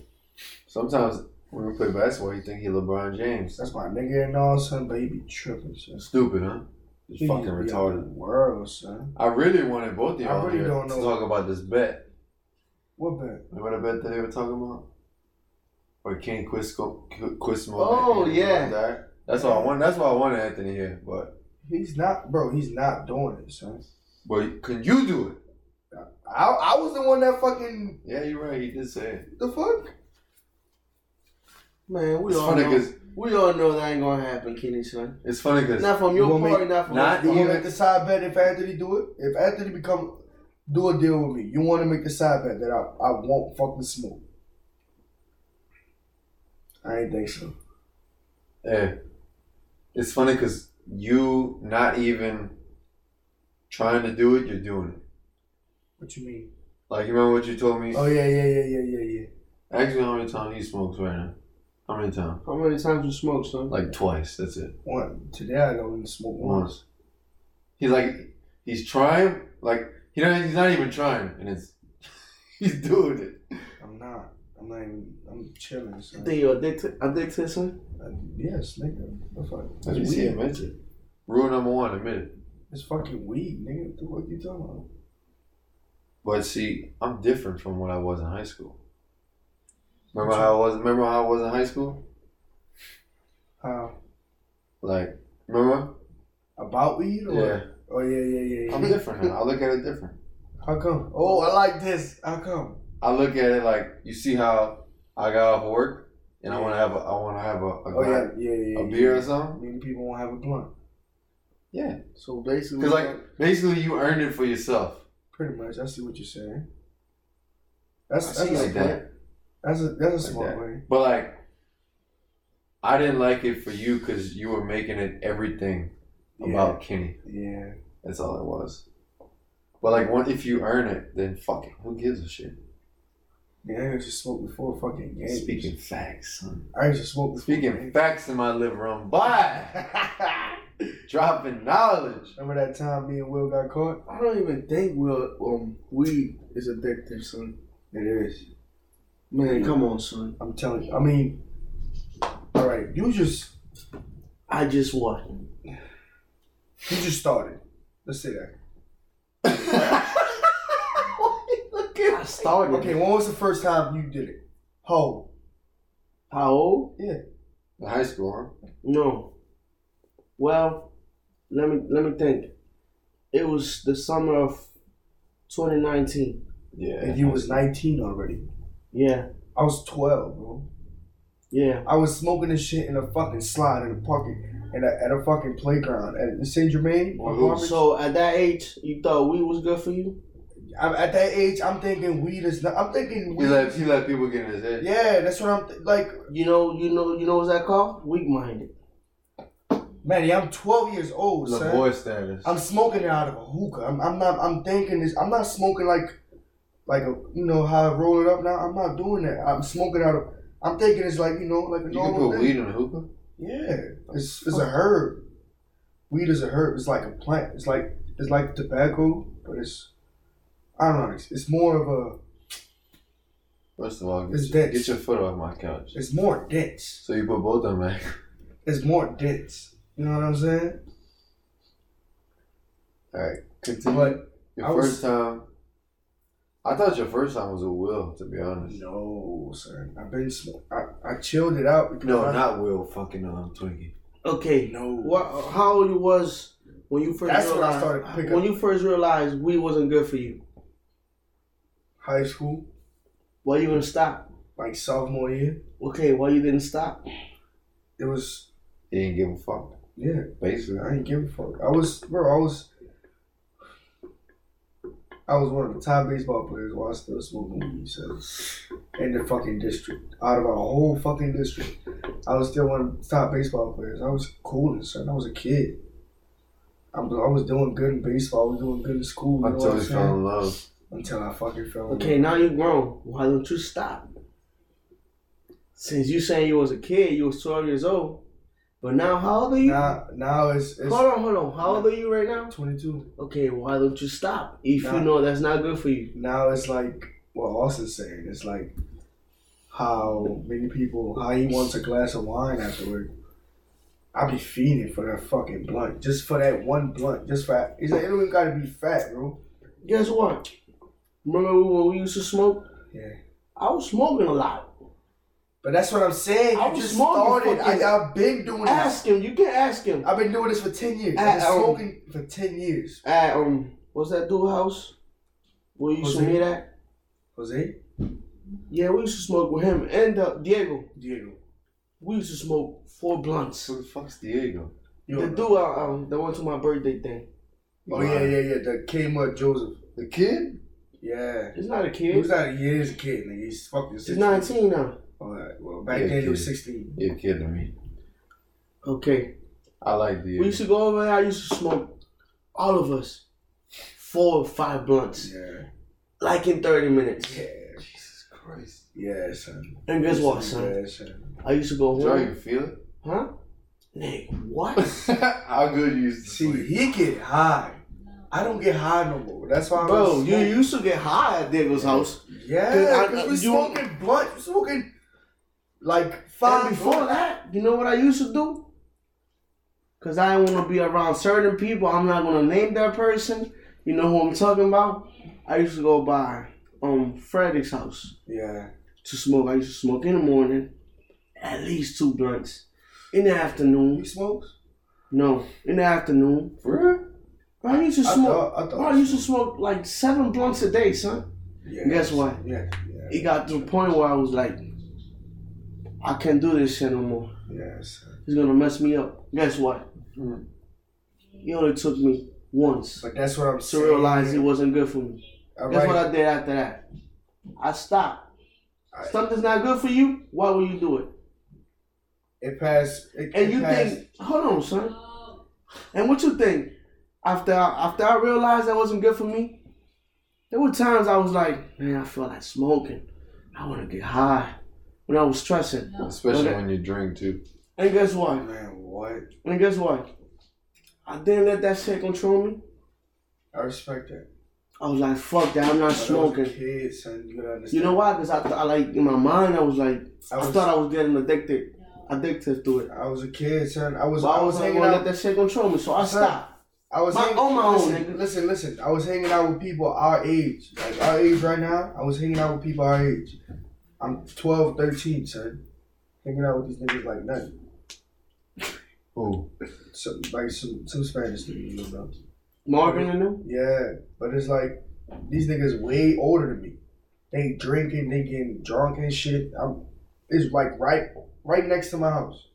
[SPEAKER 2] Sometimes when we play basketball, you think he LeBron James.
[SPEAKER 1] That's my nigga and all, son. But he be tripping, son.
[SPEAKER 2] Stupid, huh? He's fucking
[SPEAKER 1] He be out
[SPEAKER 2] retarded.
[SPEAKER 1] the World, son.
[SPEAKER 2] I really wanted both of
[SPEAKER 1] I
[SPEAKER 2] y'all
[SPEAKER 1] really
[SPEAKER 2] here
[SPEAKER 1] don't
[SPEAKER 2] to
[SPEAKER 1] know.
[SPEAKER 2] talk about this bet.
[SPEAKER 1] What bet?
[SPEAKER 2] Remember the bet that they were talking about? Or King Quisco, Qu- Quismo.
[SPEAKER 3] Oh,
[SPEAKER 2] and
[SPEAKER 3] yeah.
[SPEAKER 2] like that? That's why I want. That's why I wanted Anthony here. But
[SPEAKER 1] He's not, bro. He's not doing it, son.
[SPEAKER 2] but can you do it?
[SPEAKER 1] I, I was the one that fucking
[SPEAKER 2] Yeah, you're right. He did say it.
[SPEAKER 1] the fuck.
[SPEAKER 3] Man, we
[SPEAKER 2] It's
[SPEAKER 3] all
[SPEAKER 2] funny
[SPEAKER 3] know.
[SPEAKER 2] because
[SPEAKER 3] We all know that ain't gonna happen, Kenny son.
[SPEAKER 2] it's funny because
[SPEAKER 3] Not from
[SPEAKER 1] You
[SPEAKER 3] your
[SPEAKER 1] want me-
[SPEAKER 3] party, not from
[SPEAKER 2] Not
[SPEAKER 1] You
[SPEAKER 3] my
[SPEAKER 1] want
[SPEAKER 3] part.
[SPEAKER 1] to make the side bet if Anthony do it? If Anthony become do a deal with me, you want to make the side bet that I, I won't fucking smoke. I ain't think so.
[SPEAKER 2] Yeah. eh, It's funny because you not even trying to do it, you're doing it.
[SPEAKER 1] What you mean?
[SPEAKER 2] Like, you remember what you told me?
[SPEAKER 1] Oh yeah, yeah, yeah, yeah, yeah, yeah.
[SPEAKER 2] Ask me how many times he smokes right now. How many times?
[SPEAKER 3] How many times you smoke, son?
[SPEAKER 2] Like twice. That's it.
[SPEAKER 1] One today I don't even smoke once.
[SPEAKER 2] Once. He's like, he's trying. Like, he not, he's not even trying. And it's, [laughs] he's doing it.
[SPEAKER 1] I'm not. I'm not even. I'm chilling.
[SPEAKER 3] You
[SPEAKER 1] Son.
[SPEAKER 3] think you're addicted, addicted, son?
[SPEAKER 1] Uh, yes, nigga. The fuck?
[SPEAKER 2] Let me
[SPEAKER 1] It's
[SPEAKER 2] see,
[SPEAKER 1] weed.
[SPEAKER 2] admit it. Rule number one, admit it.
[SPEAKER 1] It's fucking weed, nigga. What the fuck you talking about?
[SPEAKER 2] But see, I'm different from what I was in high school. Remember how I was? Remember how I was in high school?
[SPEAKER 1] How?
[SPEAKER 2] Like, remember?
[SPEAKER 1] About weed or?
[SPEAKER 2] Yeah,
[SPEAKER 1] Oh yeah, yeah, yeah. yeah.
[SPEAKER 2] I'm different. now. I look at it different.
[SPEAKER 1] How come? Oh, I like this. How come?
[SPEAKER 2] I look at it like you see how I got off work, and I want to have a, I want to have a, a,
[SPEAKER 1] Oh yeah,
[SPEAKER 2] glass-
[SPEAKER 1] yeah, yeah.
[SPEAKER 2] a
[SPEAKER 1] yeah.
[SPEAKER 2] beer or something.
[SPEAKER 1] Many people won't have a blunt.
[SPEAKER 2] Yeah,
[SPEAKER 3] So basically,
[SPEAKER 2] because like basically you earned it for yourself.
[SPEAKER 1] Pretty much. I see what you're saying. That's
[SPEAKER 3] I
[SPEAKER 1] that's
[SPEAKER 3] see
[SPEAKER 1] a
[SPEAKER 2] like
[SPEAKER 1] smart.
[SPEAKER 2] that.
[SPEAKER 1] That's a that's a smart
[SPEAKER 2] that.
[SPEAKER 1] way.
[SPEAKER 2] But like, I didn't like it for you because you were making it everything
[SPEAKER 1] Yeah.
[SPEAKER 2] about Kenny.
[SPEAKER 1] Yeah.
[SPEAKER 2] That's all it was. But like, what if you earn it? Then fuck it. Who gives a shit?
[SPEAKER 1] Yeah, I used to smoke before fucking games.
[SPEAKER 2] Speaking facts, son.
[SPEAKER 1] I used to smoke before.
[SPEAKER 2] Speaking
[SPEAKER 1] games.
[SPEAKER 2] facts in my living room. Bye. [laughs] Dropping knowledge. [laughs]
[SPEAKER 1] [laughs] Remember that time me and Will got caught?
[SPEAKER 3] I don't even think we'll, um, weed is addictive, son.
[SPEAKER 1] It is.
[SPEAKER 3] Man, come on, son.
[SPEAKER 1] I'm telling you. I mean, all right. You just
[SPEAKER 3] I just what?
[SPEAKER 1] you just started. Let's say that.
[SPEAKER 3] [laughs] I started.
[SPEAKER 1] Okay. When was the first time you did it? Ho.
[SPEAKER 3] How old?
[SPEAKER 2] In high school, huh?
[SPEAKER 3] No. Well, let me let me think. It was the summer of 2019.
[SPEAKER 2] Yeah.
[SPEAKER 1] And you was 19 already.
[SPEAKER 3] Yeah,
[SPEAKER 1] I was 12, bro.
[SPEAKER 3] yeah.
[SPEAKER 1] I was smoking this shit in a fucking slide in a pocket and at a fucking playground at Saint Germain.
[SPEAKER 2] Well,
[SPEAKER 3] So at that age, you thought weed was good for you?
[SPEAKER 1] I'm at that age. I'm thinking weed is not. I'm thinking
[SPEAKER 2] He
[SPEAKER 1] weed.
[SPEAKER 2] let he let people get in his head.
[SPEAKER 1] yeah, that's what I'm th- like.
[SPEAKER 3] You know, you know, you know what's that called? Weak minded.
[SPEAKER 1] Manny, I'm 12 years old, son.
[SPEAKER 2] Lavoie status.
[SPEAKER 1] I'm smoking it out of a hookah. I'm, I'm not. I'm thinking this. I'm not smoking like, like a you know how I roll it up now. I'm not doing that. I'm smoking out of. I'm thinking it's like you know like a
[SPEAKER 2] you can put
[SPEAKER 1] normal thing.
[SPEAKER 2] weed in a hookah.
[SPEAKER 1] Yeah, it's it's a herb. Weed is a herb. It's like a plant. It's like it's like tobacco, but it's I don't know. It's, it's more of
[SPEAKER 2] First of all, get,
[SPEAKER 1] It's
[SPEAKER 2] your,
[SPEAKER 1] dense.
[SPEAKER 2] get your foot off my couch.
[SPEAKER 1] a. It's more dense.
[SPEAKER 2] So you put both of them back. [laughs]
[SPEAKER 1] It's more dense. You know what I'm saying?
[SPEAKER 2] All right, continue.
[SPEAKER 1] But
[SPEAKER 2] your
[SPEAKER 1] I
[SPEAKER 2] first time. I thought your first time was a will, to be honest.
[SPEAKER 1] no, sir. I've been smoking. I I chilled it out because
[SPEAKER 2] No,
[SPEAKER 1] I,
[SPEAKER 2] not will. Fucking um, Twinkie.
[SPEAKER 3] Okay.
[SPEAKER 1] no.
[SPEAKER 3] What? How old you was when you first?
[SPEAKER 1] That's when I
[SPEAKER 3] realized,
[SPEAKER 1] started to pick up-
[SPEAKER 3] When you first realized weed wasn't good for you,
[SPEAKER 1] High school,
[SPEAKER 3] why you gonna stop?
[SPEAKER 1] like sophomore year.
[SPEAKER 3] Okay, why you didn't stop?
[SPEAKER 1] it was
[SPEAKER 2] He didn't give a fuck.
[SPEAKER 1] yeah.
[SPEAKER 2] Basically,
[SPEAKER 1] I didn't give a fuck. I was bro. I was I was one of the top baseball players while I still smoking weed. So in the fucking district, out of our whole fucking district, I was still one of the top baseball players. I was cool and son. I was a kid. I was, I was doing good in baseball. I was doing good in school. You know
[SPEAKER 2] until
[SPEAKER 1] what I'm
[SPEAKER 2] he fell
[SPEAKER 1] saying?
[SPEAKER 2] in love.
[SPEAKER 1] Until I fucking fell. in
[SPEAKER 3] Okay,
[SPEAKER 1] love.
[SPEAKER 3] now you grown. Why don't you stop? Since you saying you was a kid, you was twelve years old, but now how old are you?
[SPEAKER 1] Now, now it's it's
[SPEAKER 3] hold on, hold on. How old are you right now?
[SPEAKER 1] 22.
[SPEAKER 3] Okay, why don't you stop? If
[SPEAKER 1] Nah.
[SPEAKER 3] you know that's not good for you.
[SPEAKER 1] now it's like what Austin's saying. It's like how many people, how he wants a glass of wine afterward. I be feeding for that fucking blunt, just for that one blunt, just for. that- It's like it don't even gotta be fat, bro.
[SPEAKER 3] Guess what? Remember when we used to smoke?
[SPEAKER 1] Yeah.
[SPEAKER 3] I was smoking a lot.
[SPEAKER 1] But that's what I'm saying.
[SPEAKER 3] I
[SPEAKER 1] You
[SPEAKER 3] was
[SPEAKER 1] just
[SPEAKER 3] smoking
[SPEAKER 1] started. I,
[SPEAKER 3] fucking-
[SPEAKER 1] I've been doing
[SPEAKER 3] Ask him. You can ask him.
[SPEAKER 1] this. I've been doing this for ten years. I've been
[SPEAKER 3] I- um,
[SPEAKER 1] smoking for ten years.
[SPEAKER 3] at um what's that dude house? Where you used to
[SPEAKER 1] Jose?
[SPEAKER 3] meet at?
[SPEAKER 1] Jose,
[SPEAKER 3] Yeah, we used to smoke with him and uh, Diego.
[SPEAKER 1] Diego,
[SPEAKER 3] We used to smoke four blunts.
[SPEAKER 2] Who the fuck's Diego?
[SPEAKER 1] you
[SPEAKER 3] The
[SPEAKER 1] don't
[SPEAKER 3] dude
[SPEAKER 1] know.
[SPEAKER 3] uh, um that went to my birthday thing.
[SPEAKER 1] Oh yeah, yeah, yeah. The K Mud Joseph.
[SPEAKER 2] The kid?
[SPEAKER 1] Yeah,
[SPEAKER 3] It's not a
[SPEAKER 1] he was
[SPEAKER 3] kid.
[SPEAKER 1] out. He is a kid. Nigga. He's fucking.
[SPEAKER 3] He's
[SPEAKER 1] 16.
[SPEAKER 3] nineteen now.
[SPEAKER 1] All right. Well, back
[SPEAKER 2] Yeah,
[SPEAKER 1] then he was
[SPEAKER 2] kid.
[SPEAKER 1] sixteen.
[SPEAKER 2] You're kidding me.
[SPEAKER 3] Okay.
[SPEAKER 2] I like
[SPEAKER 3] We
[SPEAKER 2] Diego.
[SPEAKER 3] used to go over there, I used to smoke all of us. Four or five blunts.
[SPEAKER 1] Yeah.
[SPEAKER 3] Like in thirty minutes.
[SPEAKER 1] Yeah.
[SPEAKER 2] Jesus Christ.
[SPEAKER 1] Yeah, son.
[SPEAKER 3] And guess what, son?
[SPEAKER 1] Yeah, son.
[SPEAKER 3] I used to go
[SPEAKER 2] Joe, you
[SPEAKER 3] home.
[SPEAKER 2] feel it?
[SPEAKER 3] Huh? Nick, what?
[SPEAKER 2] [laughs] How good you used to
[SPEAKER 1] See,
[SPEAKER 2] sleep.
[SPEAKER 1] he get high. I don't get high no more. That's why I'm
[SPEAKER 3] Bro, you used to get high at Diego's house.
[SPEAKER 1] Yeah,
[SPEAKER 3] Cause I-
[SPEAKER 1] because
[SPEAKER 3] I-
[SPEAKER 1] we
[SPEAKER 3] you-
[SPEAKER 1] smoking blunt, we smoking like
[SPEAKER 3] And
[SPEAKER 1] five.
[SPEAKER 3] before
[SPEAKER 1] blunts.
[SPEAKER 3] that, you know what I used to do? Cause I didn't want to be around certain people. I'm not gonna name that person. You know who I'm talking about? I used to go by um Freddy's house
[SPEAKER 1] Yeah.
[SPEAKER 3] to smoke. I used to smoke in the morning, at least two blunts. In the
[SPEAKER 1] He
[SPEAKER 3] afternoon,
[SPEAKER 1] smokes.
[SPEAKER 3] no, in the afternoon.
[SPEAKER 2] For real?
[SPEAKER 3] Bro, I used to
[SPEAKER 1] I
[SPEAKER 3] smoke.
[SPEAKER 1] thought. I
[SPEAKER 3] Bro,
[SPEAKER 1] thought.
[SPEAKER 3] I used to smoke like seven blunts a day, son.
[SPEAKER 1] yeah.
[SPEAKER 3] Guess what?
[SPEAKER 1] Yeah. Yeah.
[SPEAKER 3] It got to the point where I was like, I can't do this shit no more.
[SPEAKER 1] Yeah. son.
[SPEAKER 3] He's gonna mess me up. Guess what?
[SPEAKER 1] Hmm.
[SPEAKER 2] Mm.
[SPEAKER 3] He only took me once
[SPEAKER 1] But that's what I'm
[SPEAKER 3] to realize it wasn't good for me.
[SPEAKER 1] All
[SPEAKER 3] Guess
[SPEAKER 1] right.
[SPEAKER 3] what I did after that? I stopped.
[SPEAKER 1] Alright.
[SPEAKER 3] Something's not good for you. Why would you do it?
[SPEAKER 1] it passed. It,
[SPEAKER 3] And
[SPEAKER 1] it
[SPEAKER 3] you
[SPEAKER 1] passed.
[SPEAKER 3] think, hold on, son. And what you think? After I, after I realized that wasn't good for me, there were times I was like, man, I feel like smoking. I want to get high when I was stressing.
[SPEAKER 2] Especially
[SPEAKER 3] Okay.
[SPEAKER 2] when you drink too.
[SPEAKER 3] And guess what?
[SPEAKER 1] Oh, Man, what?
[SPEAKER 3] And guess what? I didn't let that shit control me.
[SPEAKER 1] I respect that.
[SPEAKER 3] I was like, fuck that, I'm not
[SPEAKER 1] When I was a
[SPEAKER 3] smoking.
[SPEAKER 1] Kid, son, you gotta understand.
[SPEAKER 3] You know why? Because I, th- I like in my mind I was like I,
[SPEAKER 1] was,
[SPEAKER 3] thought I was getting addicted, addicted to it.
[SPEAKER 1] I was a kid, son. I was.
[SPEAKER 3] But I
[SPEAKER 1] I
[SPEAKER 3] was
[SPEAKER 1] was
[SPEAKER 3] like,
[SPEAKER 1] hanging
[SPEAKER 3] gonna
[SPEAKER 1] out.
[SPEAKER 3] let that shit control me, so I
[SPEAKER 1] Sir.
[SPEAKER 3] stopped.
[SPEAKER 1] I was
[SPEAKER 3] My-
[SPEAKER 1] hanging,
[SPEAKER 3] on my own,
[SPEAKER 1] listen,
[SPEAKER 3] nigga.
[SPEAKER 1] Listen, listen. I was hanging out with people our age. Like our age right now, I was hanging out with people our age. I'm 12, 13, son. Hanging out with these niggas like nothing.
[SPEAKER 2] Oh.
[SPEAKER 1] Some, like some, some Spanish niggas, you know.
[SPEAKER 3] Marvin and them.
[SPEAKER 1] Yeah, but it's like these niggas way older than me. They drinking, they getting drunk and shit. I'm, it's like right, right next to my house.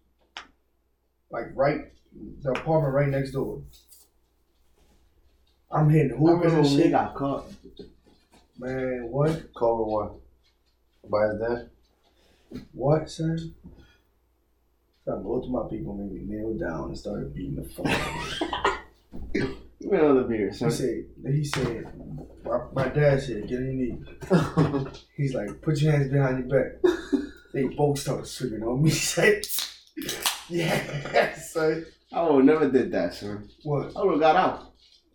[SPEAKER 1] Like right, the apartment right next door. I'm hitting
[SPEAKER 3] I
[SPEAKER 1] hookers
[SPEAKER 3] remember
[SPEAKER 1] and
[SPEAKER 3] when they
[SPEAKER 1] shit.
[SPEAKER 3] got caught.
[SPEAKER 1] Man, what?
[SPEAKER 2] Call her what? By his dad?
[SPEAKER 1] What, son? So both of my people made me kneel down and started beating the fuck. out of me.
[SPEAKER 3] Give me another beer,
[SPEAKER 1] He
[SPEAKER 3] son.
[SPEAKER 1] said, he said, my, my dad said, get on your knees. [laughs] He's like, put your hands behind your back. they both started swinging on me. [laughs] He said, yes. son."
[SPEAKER 3] I would never did that, son.
[SPEAKER 1] What?
[SPEAKER 3] I would have got out.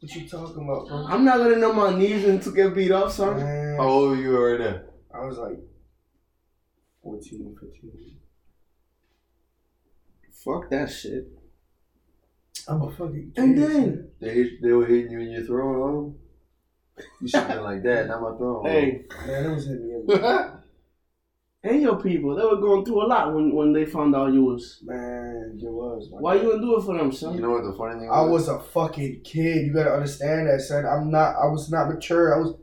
[SPEAKER 1] What you talking about, bro?
[SPEAKER 3] I'm not gonna know my knees and to get beat up, son.
[SPEAKER 1] Man,
[SPEAKER 2] How old were you right there?
[SPEAKER 1] I was like 14, 15.
[SPEAKER 3] Fuck that shit.
[SPEAKER 1] I'm a fucking kid.
[SPEAKER 3] And then,
[SPEAKER 2] They hit, they were hitting you in your throat. huh? You should have been like that, not my
[SPEAKER 1] Oh.
[SPEAKER 2] throat.
[SPEAKER 3] hey,
[SPEAKER 1] Man, that was hitting me [laughs] every
[SPEAKER 2] huh?
[SPEAKER 3] and your people, they were going through a lot when, when they found out you was.
[SPEAKER 1] Man, there was. my
[SPEAKER 3] Why you gonna do it for them, son?
[SPEAKER 2] you know what the funny thing
[SPEAKER 1] I was a fucking kid. You gotta understand that, son. I'm not. I was not mature. I was.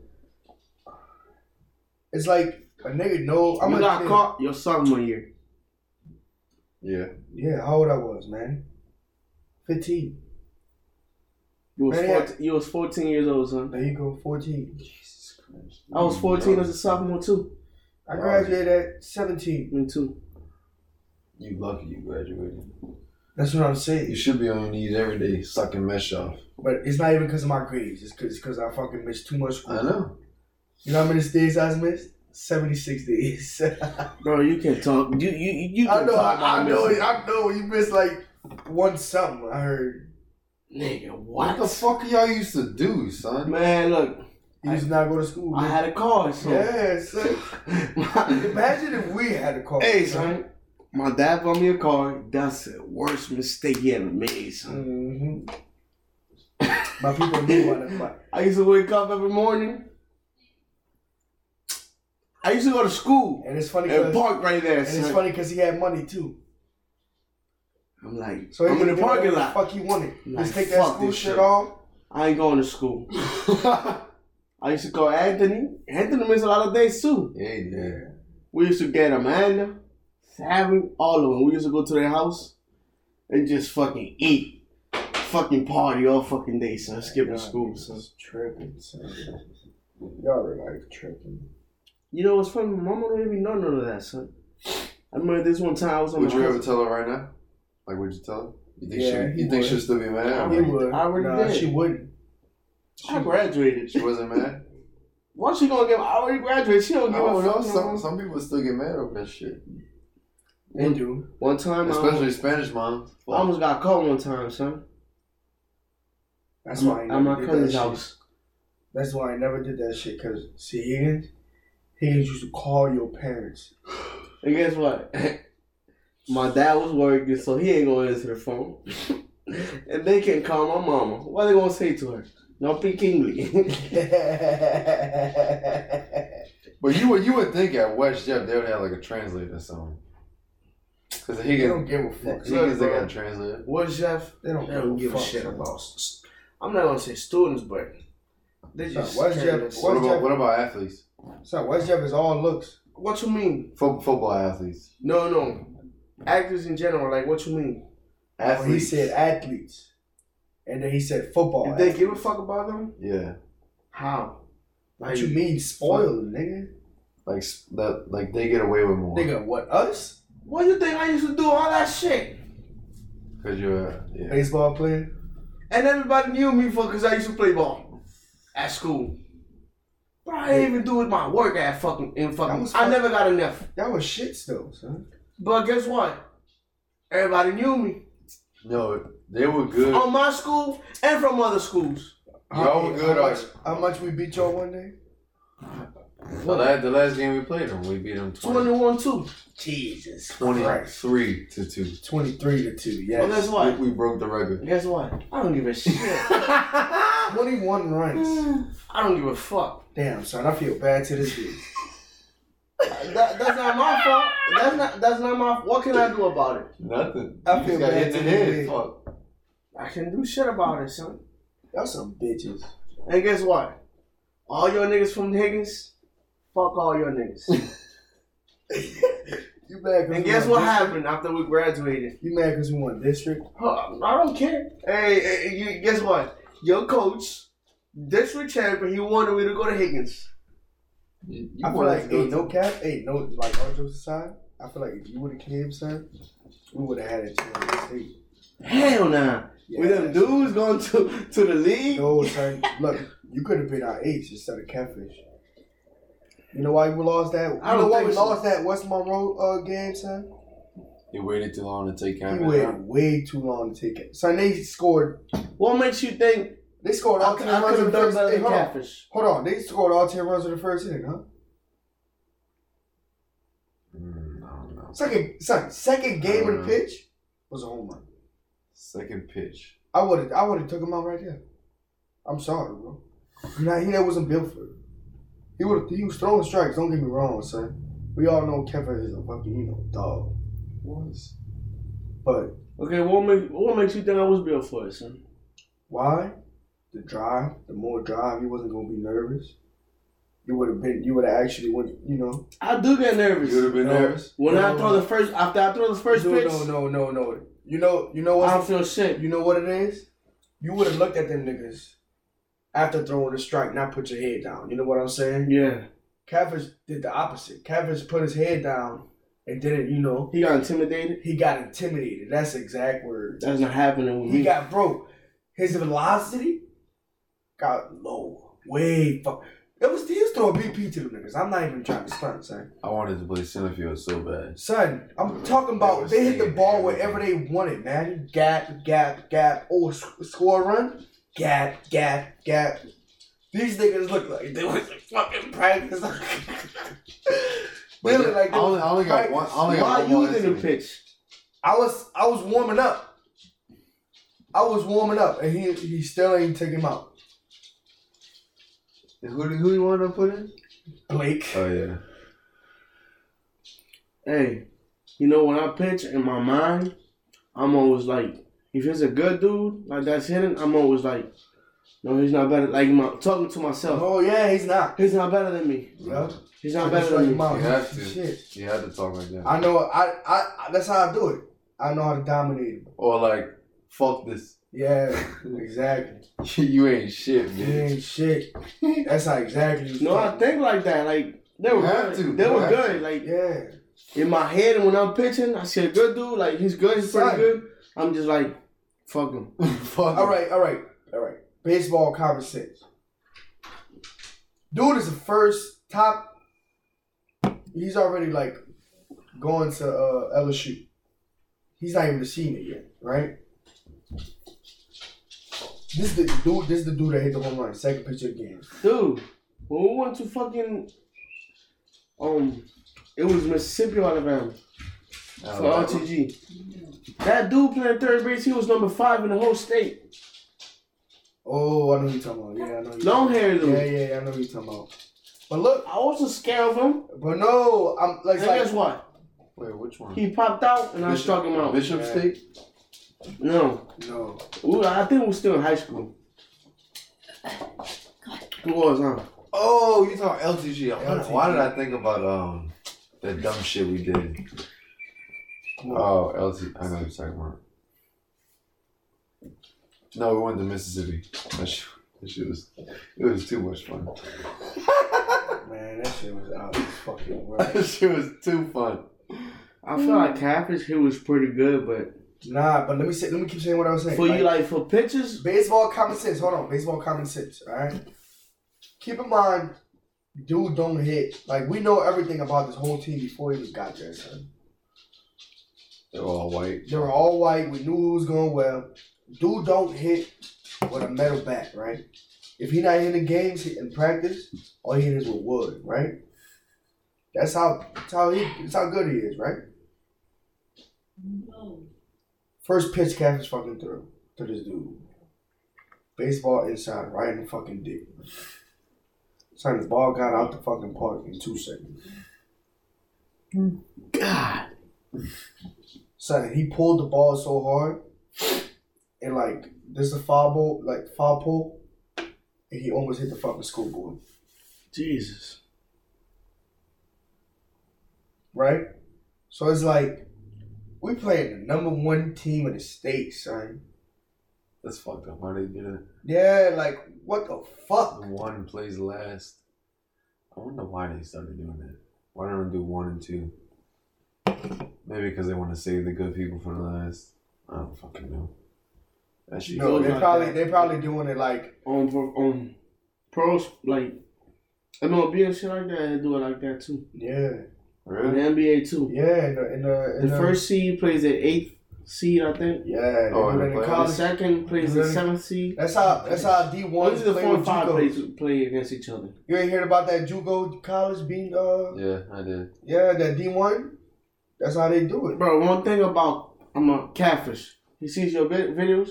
[SPEAKER 1] It's like a nigga know. I'm
[SPEAKER 3] you
[SPEAKER 1] a
[SPEAKER 3] got
[SPEAKER 1] kid.
[SPEAKER 3] caught your sophomore year.
[SPEAKER 2] Yeah.
[SPEAKER 1] Yeah, how old I was, man. Fifteen.
[SPEAKER 3] You was,
[SPEAKER 1] Man, yeah.
[SPEAKER 3] 14, you was 14 years old, son.
[SPEAKER 1] There you go, fourteen.
[SPEAKER 2] Jesus Christ.
[SPEAKER 3] I was 14
[SPEAKER 2] You
[SPEAKER 3] as a sophomore, too.
[SPEAKER 1] I graduated at seventeen.
[SPEAKER 3] Me, too.
[SPEAKER 2] You lucky you graduated.
[SPEAKER 1] That's what I'm
[SPEAKER 2] You
[SPEAKER 1] saying.
[SPEAKER 2] should be on your knees every day sucking mesh off.
[SPEAKER 1] But it's not even because of my grades. It's because I fucking missed too much
[SPEAKER 2] I
[SPEAKER 1] school.
[SPEAKER 2] know.
[SPEAKER 1] You know how many days I missed? Seventy six days. [laughs]
[SPEAKER 3] Bro, you can talk. You, you, you can
[SPEAKER 1] I know.
[SPEAKER 3] talk
[SPEAKER 1] I, I
[SPEAKER 3] about
[SPEAKER 1] know.
[SPEAKER 3] missing-
[SPEAKER 1] I know. You missed like one something. I heard.
[SPEAKER 3] Nigga,
[SPEAKER 2] What
[SPEAKER 3] what?
[SPEAKER 2] the fuck y'all used to do,
[SPEAKER 1] [laughs]
[SPEAKER 2] son?
[SPEAKER 3] Man, look,
[SPEAKER 1] You used to not go to school.
[SPEAKER 3] I had a car, son. [laughs]
[SPEAKER 1] Yeah, son. Imagine if we had a car.
[SPEAKER 3] hey, son. My dad bought me a car. That's the worst mistake he ever made, son.
[SPEAKER 1] hmm Mm-hmm. My people knew what it was.
[SPEAKER 3] I used to wake up every morning. I used to go to school
[SPEAKER 1] And it's funny
[SPEAKER 3] and
[SPEAKER 1] because
[SPEAKER 3] park right there,
[SPEAKER 1] and it's
[SPEAKER 3] son.
[SPEAKER 1] funny because he had money too.
[SPEAKER 3] I'm like,
[SPEAKER 1] So he
[SPEAKER 3] I'm
[SPEAKER 1] could
[SPEAKER 3] in the
[SPEAKER 1] do whatever
[SPEAKER 3] parking
[SPEAKER 1] the
[SPEAKER 3] lot.
[SPEAKER 1] Fuck he wanted.
[SPEAKER 3] Like,
[SPEAKER 1] Just take that
[SPEAKER 3] fuck
[SPEAKER 1] school
[SPEAKER 3] this
[SPEAKER 1] shit
[SPEAKER 3] shit.
[SPEAKER 1] off.
[SPEAKER 3] I ain't going to school. I used to call Anthony. Anthony missed a lot of days too.
[SPEAKER 2] yeah, yeah.
[SPEAKER 3] We used to get Amanda, Savin, all of them. We used to go to their house and just fucking eat, fucking party all fucking day, son. Skipping
[SPEAKER 1] God,
[SPEAKER 3] school,
[SPEAKER 1] this
[SPEAKER 3] son.
[SPEAKER 1] is tripping, son. Y'all are like tripping.
[SPEAKER 3] You know what's funny? My mama don't even know none of that, son. I remember this one time I was on
[SPEAKER 2] Would
[SPEAKER 3] my
[SPEAKER 2] you ever
[SPEAKER 3] cousin-
[SPEAKER 2] tell her right now? Like, would you tell her? You think
[SPEAKER 1] Yeah,
[SPEAKER 2] she?
[SPEAKER 1] he
[SPEAKER 2] You think
[SPEAKER 1] would.
[SPEAKER 2] she'll still be mad?
[SPEAKER 1] He
[SPEAKER 3] already-
[SPEAKER 1] would.
[SPEAKER 3] I already
[SPEAKER 1] nah,
[SPEAKER 3] did.
[SPEAKER 1] she wouldn't.
[SPEAKER 3] I
[SPEAKER 2] [laughs]
[SPEAKER 3] graduated.
[SPEAKER 2] She
[SPEAKER 1] [laughs]
[SPEAKER 2] wasn't mad.
[SPEAKER 3] Why she gonna get? I already graduated. She
[SPEAKER 2] I
[SPEAKER 3] don't give
[SPEAKER 1] Oh,
[SPEAKER 2] don't
[SPEAKER 3] a
[SPEAKER 2] know.
[SPEAKER 3] fuck.
[SPEAKER 2] Some
[SPEAKER 3] no more.
[SPEAKER 2] some people still get mad over that shit,
[SPEAKER 1] They
[SPEAKER 3] Mm.
[SPEAKER 1] do.
[SPEAKER 3] One time, I
[SPEAKER 2] especially Spanish moms.
[SPEAKER 3] I almost got caught one time, son.
[SPEAKER 1] That's why I
[SPEAKER 3] at my
[SPEAKER 1] never did that
[SPEAKER 3] cousin's
[SPEAKER 1] shit.
[SPEAKER 3] house.
[SPEAKER 1] That's why I never did that shit. Cause see, Higgins, Higgins used to call your parents. [laughs]
[SPEAKER 3] And guess what? [laughs] my dad was working, so he ain't gonna answer the phone. [laughs] and they can call my mama. What they gonna say to her? No speak English. [laughs]
[SPEAKER 2] But you would you would think at West Jeff they would have like a translator or something. Cause
[SPEAKER 1] they
[SPEAKER 2] he
[SPEAKER 1] don't
[SPEAKER 2] can
[SPEAKER 1] give a fuck.
[SPEAKER 2] he can they
[SPEAKER 3] bro.
[SPEAKER 2] got a translator.
[SPEAKER 3] what Jeff?
[SPEAKER 1] They don't,
[SPEAKER 3] They don't give a shit
[SPEAKER 1] son.
[SPEAKER 3] about. s- I'm not gonna say students, but they
[SPEAKER 1] Son,
[SPEAKER 3] just.
[SPEAKER 1] West Jeff-
[SPEAKER 3] careless.
[SPEAKER 2] What
[SPEAKER 1] West
[SPEAKER 2] about
[SPEAKER 1] Jeff-
[SPEAKER 2] what about athletes?
[SPEAKER 1] Son, West Jeff is all looks.
[SPEAKER 3] What you mean?
[SPEAKER 2] Fo- football athletes.
[SPEAKER 3] No, no. Actors in general, like what you mean?
[SPEAKER 1] When Oh, he
[SPEAKER 2] Athletes.
[SPEAKER 1] said athletes, and then he said football.
[SPEAKER 3] If they give a fuck about them,
[SPEAKER 2] Yeah,
[SPEAKER 3] how?
[SPEAKER 1] what you mean spoiled, nigga?
[SPEAKER 2] like s- that. Like they get away with more.
[SPEAKER 1] Nigga, what us?
[SPEAKER 3] What do you think I used to do all that shit?
[SPEAKER 2] Cause you're a- yeah.
[SPEAKER 1] Baseball player.
[SPEAKER 3] And everybody knew me for because I used to play ball at school. But I didn't even do it my work at fucking in
[SPEAKER 1] That
[SPEAKER 3] fucking.
[SPEAKER 1] was
[SPEAKER 3] I
[SPEAKER 1] fun.
[SPEAKER 3] never got enough.
[SPEAKER 1] Y'all was shits though, son.
[SPEAKER 3] But guess what? Everybody knew me
[SPEAKER 2] No, they were good.
[SPEAKER 1] Oh,
[SPEAKER 3] on my school and from other schools.
[SPEAKER 2] Y'all were good.
[SPEAKER 1] How
[SPEAKER 2] At,
[SPEAKER 1] much, how much we beat y'all one day?
[SPEAKER 2] the, last, the last game we played them, we beat them 20,
[SPEAKER 3] Twenty-one, two.
[SPEAKER 1] Jesus
[SPEAKER 2] 23 to two.
[SPEAKER 1] Twenty-three to two.
[SPEAKER 3] But
[SPEAKER 1] Yes.
[SPEAKER 3] guess what?
[SPEAKER 2] We, we broke the record.
[SPEAKER 3] Guess what? I don't give a shit. I
[SPEAKER 1] Twenty-one runs.
[SPEAKER 2] Hmm.
[SPEAKER 3] don't give a fuck.
[SPEAKER 1] Damn, son. I feel bad to this day.
[SPEAKER 3] That, that's not my fault. That's not that's not my. What can I do about it?
[SPEAKER 2] Nothing.
[SPEAKER 1] I
[SPEAKER 2] You
[SPEAKER 1] feel
[SPEAKER 2] just got
[SPEAKER 1] bad
[SPEAKER 2] hit in
[SPEAKER 1] to
[SPEAKER 2] the head.
[SPEAKER 1] you.
[SPEAKER 2] Fuck.
[SPEAKER 3] I can do shit about it, son.
[SPEAKER 1] Y'all some bitches. [laughs]
[SPEAKER 3] And guess what? All your niggas from Higgins, fuck all your niggas.
[SPEAKER 1] You mad? 'cause
[SPEAKER 3] and
[SPEAKER 1] we
[SPEAKER 3] guess
[SPEAKER 1] won
[SPEAKER 3] what
[SPEAKER 1] district?
[SPEAKER 3] happened after we graduated?
[SPEAKER 1] You mad because we won district?
[SPEAKER 3] Huh, I don't care. Hey, hey, you guess what? Your coach, district champion, he wanted me to go to Higgins.
[SPEAKER 2] You, you
[SPEAKER 1] I feel
[SPEAKER 2] wanted
[SPEAKER 1] like
[SPEAKER 2] to go
[SPEAKER 1] ain't
[SPEAKER 2] to-
[SPEAKER 1] no cap, ain't no like all jokes aside. I feel like if you would have came, son, we would have had a chance to stay.
[SPEAKER 3] Hell nah.
[SPEAKER 1] Yeah,
[SPEAKER 3] With them
[SPEAKER 1] that's-
[SPEAKER 3] dudes going to, to the league.
[SPEAKER 1] No, son. Look, you could have been our ace instead of catfish. You know why we lost that? You
[SPEAKER 3] I don't
[SPEAKER 1] know why
[SPEAKER 3] think
[SPEAKER 1] we
[SPEAKER 3] so.
[SPEAKER 1] lost that West Monroe uh, game, son?
[SPEAKER 2] They waited too long to take
[SPEAKER 1] We
[SPEAKER 2] Cameron out.
[SPEAKER 1] waited way too long to take it. Son, they scored.
[SPEAKER 3] What makes you think
[SPEAKER 1] They scored
[SPEAKER 3] I
[SPEAKER 1] all
[SPEAKER 3] could
[SPEAKER 1] ten
[SPEAKER 3] I
[SPEAKER 1] runs
[SPEAKER 3] could
[SPEAKER 1] in
[SPEAKER 3] have
[SPEAKER 1] the
[SPEAKER 3] done
[SPEAKER 1] first.
[SPEAKER 3] better
[SPEAKER 1] Hey,
[SPEAKER 3] than
[SPEAKER 1] hold on.
[SPEAKER 3] catfish?
[SPEAKER 1] Hold on. They scored all ten runs in the first inning, huh?
[SPEAKER 2] Mm, I don't know.
[SPEAKER 1] Second, son, second game of the
[SPEAKER 2] Mhm.
[SPEAKER 1] pitch was a home run.
[SPEAKER 2] Second pitch.
[SPEAKER 1] I would have, I would have took him out right there. I'm sorry, bro. Nah, he that wasn't built for. it. He would, he was throwing strikes. Don't get me wrong, son. We all know Kevin is a fucking, you know, dog.
[SPEAKER 2] Was.
[SPEAKER 1] But
[SPEAKER 3] Okay, what make, what makes you think I was built for it, son?
[SPEAKER 1] Why? The drive. The more drive, you wasn't gonna be nervous. You would have been. You would have actually went. You know.
[SPEAKER 3] I do get
[SPEAKER 2] You would
[SPEAKER 3] nervous.
[SPEAKER 2] have been
[SPEAKER 1] No.
[SPEAKER 2] nervous.
[SPEAKER 3] When I
[SPEAKER 1] No.
[SPEAKER 3] throw the first after I throw the first
[SPEAKER 1] no,
[SPEAKER 3] pitch,
[SPEAKER 1] No, no, no, no. You know. You know
[SPEAKER 3] I
[SPEAKER 1] what?
[SPEAKER 3] don't feel shit.
[SPEAKER 1] You know what it is. You would have looked at them niggas after throwing the strike, not put your head down. You know what I'm saying?
[SPEAKER 3] Yeah.
[SPEAKER 1] Cavish did the opposite. Cavish put his head down and didn't. You know.
[SPEAKER 3] He got intimidated.
[SPEAKER 1] He got intimidated. That's the exact word.
[SPEAKER 3] That's not happening with
[SPEAKER 1] He
[SPEAKER 3] me.
[SPEAKER 1] got broke. His velocity got low. Way fuck. It was he was throwing BP to them niggas. I'm not even trying to stunt, son.
[SPEAKER 2] I wanted to play center field so bad.
[SPEAKER 1] Son, I'm talking about they hit the ball wherever they wanted, man. Gap, gap, gap. Oh, s- score a run. Gap, gap, gap. These niggas look like they was in fucking practice. [laughs] they look like
[SPEAKER 2] I
[SPEAKER 1] they
[SPEAKER 2] only,
[SPEAKER 1] was
[SPEAKER 2] I only got one. I only
[SPEAKER 3] Why
[SPEAKER 2] got one more
[SPEAKER 3] you didn't
[SPEAKER 2] incident.
[SPEAKER 3] pitch?
[SPEAKER 1] I was I was warming up. I was warming up, and he he still ain't take him out.
[SPEAKER 2] Who do- who you want to put in?
[SPEAKER 1] Blake.
[SPEAKER 2] Oh yeah.
[SPEAKER 3] Hey, you know when I pitch in my mind, I'm always like, if it's a good dude like that's hitting, I'm always like, no, he's not better. Like my, talking to myself,
[SPEAKER 1] Oh yeah, he's not.
[SPEAKER 3] he's not better than me.
[SPEAKER 1] Yeah.
[SPEAKER 3] He's not better than me.
[SPEAKER 1] Mom,
[SPEAKER 2] You have to.
[SPEAKER 1] Shit.
[SPEAKER 2] You had to talk like that.
[SPEAKER 1] I know. I, I I that's how I do it. I know how to dominate him.
[SPEAKER 2] Or like, fuck this.
[SPEAKER 3] [laughs]
[SPEAKER 1] Yeah, exactly.
[SPEAKER 2] [laughs] you ain't shit,
[SPEAKER 1] He
[SPEAKER 2] man.
[SPEAKER 1] ain't shit. That's how exactly. you
[SPEAKER 3] No, I
[SPEAKER 1] talk.
[SPEAKER 3] think like that. Like they were
[SPEAKER 2] You have
[SPEAKER 3] good.
[SPEAKER 2] to.
[SPEAKER 3] They
[SPEAKER 2] You
[SPEAKER 3] were
[SPEAKER 2] have
[SPEAKER 3] good. Like
[SPEAKER 1] Yeah.
[SPEAKER 3] in my head, when I'm pitching, I see a good dude. Like he's good. He's pretty
[SPEAKER 1] Right.
[SPEAKER 3] good. I'm just like, fuck him.
[SPEAKER 2] [laughs] fuck.
[SPEAKER 1] All right. All right. All right. Baseball common sense. Dude is the first top. He's already like going to uh, LSU. He's not even a senior yet, right? This is the dude. This is the dude that hit the home run, second pitch of the game.
[SPEAKER 3] Dude, when we went to fucking um it was Mississippi or Alabama for
[SPEAKER 2] Alabama.
[SPEAKER 3] RTG. That dude playing third base, he was number five in the whole state.
[SPEAKER 1] Oh, I know who you're talking about. Yeah, I know. who you
[SPEAKER 3] Long
[SPEAKER 1] talking
[SPEAKER 3] hair
[SPEAKER 1] about.
[SPEAKER 3] dude.
[SPEAKER 1] Yeah, yeah, yeah, I know who you're talking about. But look,
[SPEAKER 3] I wasn't scared of him.
[SPEAKER 1] but no, I'm like,
[SPEAKER 3] And
[SPEAKER 1] like
[SPEAKER 3] guess what?
[SPEAKER 2] Wait, which one?
[SPEAKER 3] He popped out and I
[SPEAKER 2] Bishop-
[SPEAKER 3] struck him out.
[SPEAKER 2] Bishop
[SPEAKER 1] Yeah.
[SPEAKER 2] State.
[SPEAKER 3] No.
[SPEAKER 1] no,
[SPEAKER 3] Ooh, I think we were still in high school. Who was, huh?
[SPEAKER 2] Oh, you talking LTG? I wonder-
[SPEAKER 1] LTG.
[SPEAKER 2] Why did I think about um that dumb shit we did?
[SPEAKER 1] come on.
[SPEAKER 2] Oh, LTG. I know what you're talking about. No, we went to Mississippi. That shit, that shit was it was too much fun.
[SPEAKER 1] man, that shit was out of his fucking
[SPEAKER 2] [laughs] that
[SPEAKER 1] right.
[SPEAKER 2] shit was too fun.
[SPEAKER 3] I feel like Catfish, he was pretty good, but
[SPEAKER 1] Nah, but let me say, let me keep saying what I was saying.
[SPEAKER 3] for
[SPEAKER 1] Like,
[SPEAKER 3] you, like, for pitchers,
[SPEAKER 1] baseball common sense. Hold on, baseball common sense. All right. Keep in mind, dude, don't hit. Like we know everything about this whole team before he even got there, son.
[SPEAKER 2] They were all white.
[SPEAKER 1] They were all white. We knew it was going well. Dude don't hit with a metal bat, right? If he not hitting games he- in practice, all he hit is with wood, right? That's how that's how he that's how good he is, right? First pitch catch is fucking through to this dude. Baseball inside, right in the fucking dick. Son, the ball got out the fucking park in two seconds.
[SPEAKER 3] God.
[SPEAKER 1] Son, he pulled the ball so hard, and like this is a foul ball, like foul pole, and he almost hit the fucking school board,
[SPEAKER 3] Jesus.
[SPEAKER 1] right? So it's like we playing the number one team in the state, son.
[SPEAKER 2] That's fucked up. How they did it?
[SPEAKER 1] Yeah, like what the fuck?
[SPEAKER 2] One plays last. I wonder why they started doing that. Why don't they do one and two? Maybe because they want to save the good people for the last. I don't fucking know. That shit.
[SPEAKER 1] No,
[SPEAKER 3] goes
[SPEAKER 1] they
[SPEAKER 3] like
[SPEAKER 1] probably
[SPEAKER 3] that.
[SPEAKER 1] they probably doing it like
[SPEAKER 3] on on pros like MLB and shit like that. They do it like that too.
[SPEAKER 1] yeah
[SPEAKER 3] And
[SPEAKER 2] Really?
[SPEAKER 3] the NBA too.
[SPEAKER 1] yeah in the in the,
[SPEAKER 3] The
[SPEAKER 1] in
[SPEAKER 3] first seed plays the eighth seed, I think.
[SPEAKER 1] yeah
[SPEAKER 2] Oh,
[SPEAKER 1] oh,
[SPEAKER 2] in the
[SPEAKER 1] in the
[SPEAKER 2] playoffs?
[SPEAKER 3] The
[SPEAKER 1] college.
[SPEAKER 3] second plays the
[SPEAKER 1] Really?
[SPEAKER 3] seventh seed.
[SPEAKER 1] That's how that's how D one
[SPEAKER 3] Only the four and five plays
[SPEAKER 1] JUCO.
[SPEAKER 3] play against each other.
[SPEAKER 1] You ain't heard about that JUCO college being uh
[SPEAKER 2] Yeah, I did.
[SPEAKER 1] yeah that D one. That's how they do it.
[SPEAKER 3] Bro, one thing about I'm a catfish. He sees your vi- videos.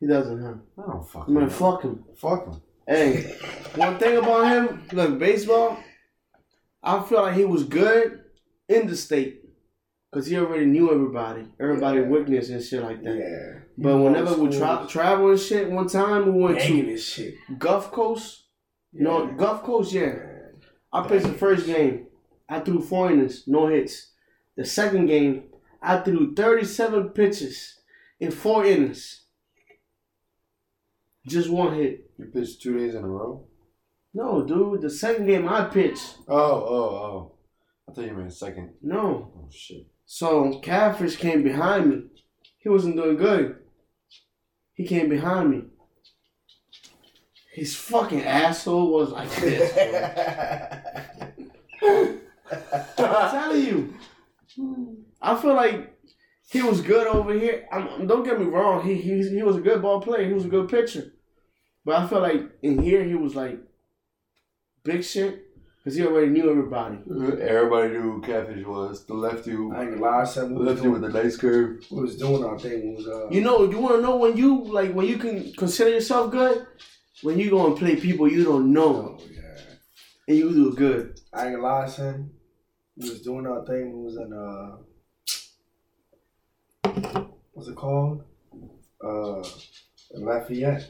[SPEAKER 3] He doesn't, huh?
[SPEAKER 2] I don't fucking
[SPEAKER 3] Man,
[SPEAKER 2] know.
[SPEAKER 3] fuck him.
[SPEAKER 2] Fuck 'em.
[SPEAKER 3] Hey, Mm. [laughs] one thing about him, look, baseball, I feel like he was good in the state because he already knew everybody, everybody
[SPEAKER 1] Yeah.
[SPEAKER 3] weakness and shit like that.
[SPEAKER 1] Yeah.
[SPEAKER 3] But whenever we tra-
[SPEAKER 1] tried
[SPEAKER 3] travel and shit, one time we went
[SPEAKER 1] Banging
[SPEAKER 3] to
[SPEAKER 1] this shit.
[SPEAKER 3] Gulf Coast. No,
[SPEAKER 1] Yeah.
[SPEAKER 3] Gulf Coast, yeah.
[SPEAKER 1] Yeah.
[SPEAKER 3] I pitched the first game. I threw four innings, no hits. The second game, I threw 37 pitches in four innings. Just one hit.
[SPEAKER 2] You pitched two days in a row?
[SPEAKER 3] No, dude, the second game I pitched.
[SPEAKER 2] Oh, oh, oh. I thought you meant second.
[SPEAKER 3] No.
[SPEAKER 2] Oh, shit.
[SPEAKER 3] So Catfish came behind me. He wasn't doing good. He came behind me. His fucking asshole was like this. bro. I'm telling you. I feel like he was good over here. I'm, don't get me wrong. He, he he was a good ball player. He was a good pitcher. But I feel like in here he was like big shit because he already knew everybody.
[SPEAKER 2] Everybody knew who Catfish was. The lefty who,
[SPEAKER 1] I ain't gonna lie, son.
[SPEAKER 2] the
[SPEAKER 1] We was
[SPEAKER 2] lefty with
[SPEAKER 1] doing,
[SPEAKER 2] the nice curve.
[SPEAKER 1] we was doing our thing. We was uh,
[SPEAKER 3] You know, you want to know when you like when you can consider yourself good when you go and play people you don't know
[SPEAKER 1] oh, yeah.
[SPEAKER 3] and you do good.
[SPEAKER 1] I ain't gonna lie, son. We was doing our thing. We was in uh, what's it called? Uh, in Lafayette.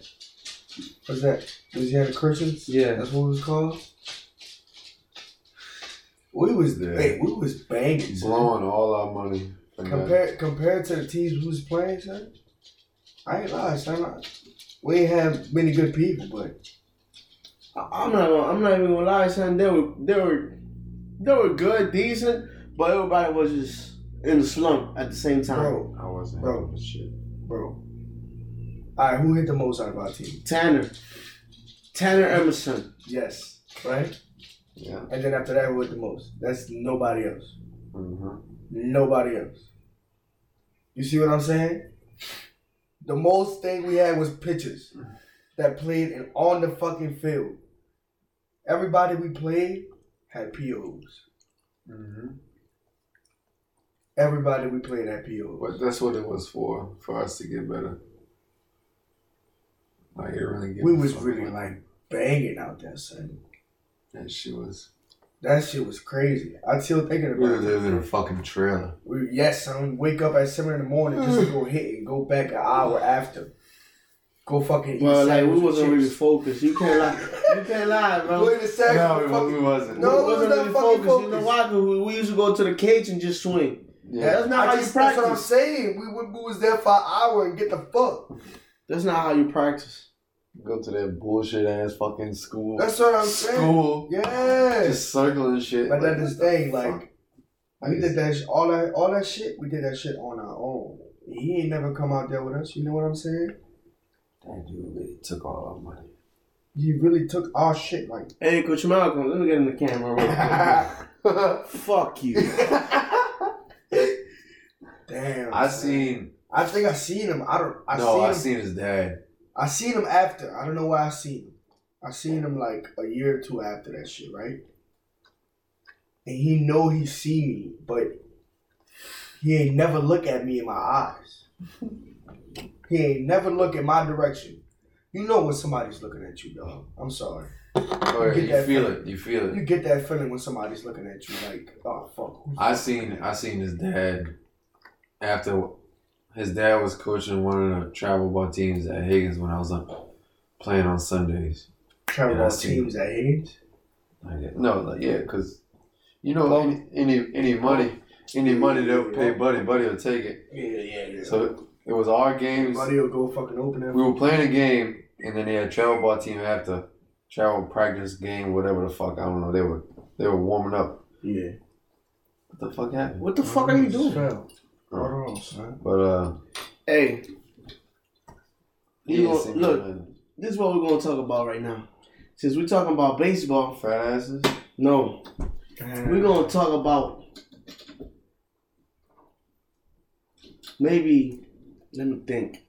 [SPEAKER 1] What's that? Louisiana Christians.
[SPEAKER 3] Yeah.
[SPEAKER 1] that's what it was called. We was
[SPEAKER 2] Yeah.
[SPEAKER 1] hey, we was banging. son.
[SPEAKER 2] Blowing all our money. Like that.
[SPEAKER 1] Compared compared to the teams we was playing, son. I ain't lying, son. I, we ain't have many good people, but
[SPEAKER 3] I, I'm not gonna, I'm not even gonna lie, son. They were they were they were good, decent, but everybody was just in the slump at the same time.
[SPEAKER 1] bro,
[SPEAKER 2] I wasn't
[SPEAKER 1] Bro.
[SPEAKER 2] having this shit.
[SPEAKER 1] bro. All right, who hit the most out of our team?
[SPEAKER 3] Tanner, Tanner Emerson.
[SPEAKER 1] Yes, right?
[SPEAKER 2] Yeah.
[SPEAKER 1] And then after that, we're the most. That's nobody else.
[SPEAKER 2] Mm-hmm.
[SPEAKER 1] Nobody else. You see what I'm saying? The most thing we had was pitchers that played in, on the fucking field. Everybody we played had POs.
[SPEAKER 2] Mm-hmm.
[SPEAKER 1] Everybody we played had POs.
[SPEAKER 2] But that's what it was for, for us to get better. Like it really gave
[SPEAKER 1] We
[SPEAKER 2] a
[SPEAKER 1] was
[SPEAKER 2] fuck
[SPEAKER 1] really
[SPEAKER 2] what
[SPEAKER 1] like banging out there, son.
[SPEAKER 2] that shit was.
[SPEAKER 1] That shit was crazy. I'm still thinking
[SPEAKER 2] We
[SPEAKER 1] about it.
[SPEAKER 2] lived in a fucking trailer.
[SPEAKER 1] We, yes, son. Wake up at seven in the morning just to
[SPEAKER 2] [sighs]
[SPEAKER 1] go hit and go back an hour after. Go fucking. eat
[SPEAKER 3] Well, like we
[SPEAKER 1] sandwich with
[SPEAKER 3] wasn't really
[SPEAKER 1] chips.
[SPEAKER 3] focused. You can't lie. You can't lie, bro.
[SPEAKER 1] Wait a second.
[SPEAKER 2] No,
[SPEAKER 1] fuck-
[SPEAKER 2] we, we wasn't.
[SPEAKER 1] No,
[SPEAKER 3] we wasn't
[SPEAKER 1] we was
[SPEAKER 3] really
[SPEAKER 1] not fucking
[SPEAKER 3] focused. You know
[SPEAKER 1] focused.
[SPEAKER 3] why? 'Cause we, we used to go to the cage and just swing.
[SPEAKER 2] Yeah.
[SPEAKER 3] That's not
[SPEAKER 1] I
[SPEAKER 3] how
[SPEAKER 1] just-
[SPEAKER 3] you
[SPEAKER 1] that's what I'm
[SPEAKER 3] practice.
[SPEAKER 1] saying. We, we, we was there for an hour and get the fuck.
[SPEAKER 3] That's not how you practice.
[SPEAKER 2] Go to that bullshit ass fucking school.
[SPEAKER 1] That's what I'm saying.
[SPEAKER 2] school.
[SPEAKER 1] Yeah.
[SPEAKER 2] Just circling shit.
[SPEAKER 1] but that's the thing.
[SPEAKER 2] fuck?
[SPEAKER 1] Like we did that sh- all that all that shit. We did that shit on our own. He ain't never come out there with us. You know what I'm saying?
[SPEAKER 2] That dude really took all our [laughs] money.
[SPEAKER 1] He really took our shit like. [laughs]
[SPEAKER 3] Hey, Coach Malcolm, let me get in the camera real quick. Fuck you.
[SPEAKER 1] Damn.
[SPEAKER 2] I
[SPEAKER 1] son.
[SPEAKER 2] seen.
[SPEAKER 1] I think I seen him. I don't. I
[SPEAKER 2] no,
[SPEAKER 1] seen
[SPEAKER 2] I
[SPEAKER 1] him.
[SPEAKER 2] seen his dad.
[SPEAKER 1] I seen him after. I don't know why I seen him. I seen him like a year or two after that shit, right? And he know he see me, but he ain't never look at me in my eyes. he ain't never look in my direction. You know when somebody's looking at you, dog. I'm sorry.
[SPEAKER 2] Oh, yeah,
[SPEAKER 1] get
[SPEAKER 2] you
[SPEAKER 1] that
[SPEAKER 2] feel
[SPEAKER 1] feeling.
[SPEAKER 2] it. You feel it.
[SPEAKER 1] You get that feeling when somebody's looking at you, like, oh fuck. who's-
[SPEAKER 2] I seen I seen his dad after his dad was coaching one of the travel ball teams at Higgins when I was up playing on Sundays.
[SPEAKER 1] Travel
[SPEAKER 2] yeah, I
[SPEAKER 1] ball
[SPEAKER 2] seen
[SPEAKER 1] teams at Haynes.
[SPEAKER 2] Like, no, like yeah, cause you know any any, any money any money they'll pay Buddy, Buddy will take it.
[SPEAKER 1] Yeah, yeah, yeah. So
[SPEAKER 2] So it was our games.
[SPEAKER 1] Buddy will go fucking open that.
[SPEAKER 2] We were playing a game, and then they had travel ball team after travel practice game, whatever the fuck I don't know. They were they were warming up.
[SPEAKER 1] Yeah.
[SPEAKER 2] What the fuck happened?
[SPEAKER 3] What the fuck are you
[SPEAKER 1] Just
[SPEAKER 3] doing?
[SPEAKER 1] fell. I don't know, son.
[SPEAKER 2] But uh,
[SPEAKER 3] Hey,
[SPEAKER 2] he
[SPEAKER 3] You
[SPEAKER 2] didn't
[SPEAKER 3] know,
[SPEAKER 2] see me,
[SPEAKER 3] look.
[SPEAKER 2] man.
[SPEAKER 3] this is what we're gonna talk about right now. Since we're talking about baseball,
[SPEAKER 2] fat asses.
[SPEAKER 3] no, we're gonna talk about maybe. Let me think.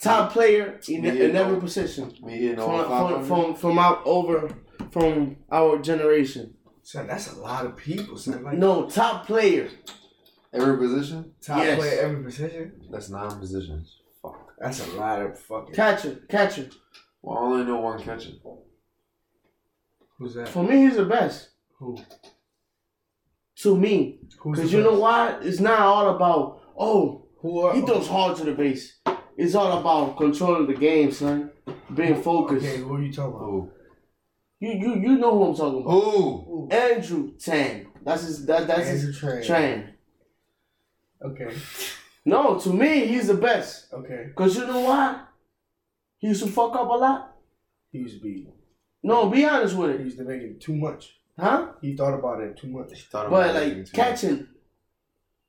[SPEAKER 3] Top player in,
[SPEAKER 2] Yeah,
[SPEAKER 3] in every
[SPEAKER 2] no.
[SPEAKER 3] position
[SPEAKER 2] Me hitting all
[SPEAKER 3] from, from,
[SPEAKER 2] five
[SPEAKER 3] from from out over from our generation.
[SPEAKER 1] Son, that's a lot of people, son. Like,
[SPEAKER 3] No top player.
[SPEAKER 2] Every position.
[SPEAKER 1] top
[SPEAKER 3] Yes.
[SPEAKER 1] player every position.
[SPEAKER 2] That's nine positions. Fuck.
[SPEAKER 1] That's a lot of fucking.
[SPEAKER 3] Catcher, catcher.
[SPEAKER 2] Well, I only know one catcher.
[SPEAKER 1] Who's that?
[SPEAKER 3] For me, he's the best.
[SPEAKER 1] Who?
[SPEAKER 3] To me,
[SPEAKER 1] Who's
[SPEAKER 3] because
[SPEAKER 1] the
[SPEAKER 3] you know
[SPEAKER 1] best?
[SPEAKER 3] why? It's not all about oh
[SPEAKER 1] Who are?
[SPEAKER 3] he throws hard to the base. It's all about controlling the game, son. Being focused.
[SPEAKER 1] Okay, who are you talking about?
[SPEAKER 2] Who?
[SPEAKER 3] You you you know who I'm talking about?
[SPEAKER 2] Who?
[SPEAKER 1] Who?
[SPEAKER 3] Andrew Tan. That's his. That, that's
[SPEAKER 1] Andrew
[SPEAKER 3] his
[SPEAKER 1] Train.
[SPEAKER 3] train.
[SPEAKER 1] Okay,
[SPEAKER 3] No, to me, he's the best.
[SPEAKER 1] okay.
[SPEAKER 3] Cause you know why? He used to fuck up a lot.
[SPEAKER 1] He was beating.
[SPEAKER 3] No, be honest with
[SPEAKER 1] He
[SPEAKER 3] it,
[SPEAKER 1] was making too much.
[SPEAKER 3] huh?
[SPEAKER 1] He thought about it too much.
[SPEAKER 2] Thought about
[SPEAKER 3] But
[SPEAKER 2] that thing,
[SPEAKER 3] like
[SPEAKER 2] too.
[SPEAKER 3] catching,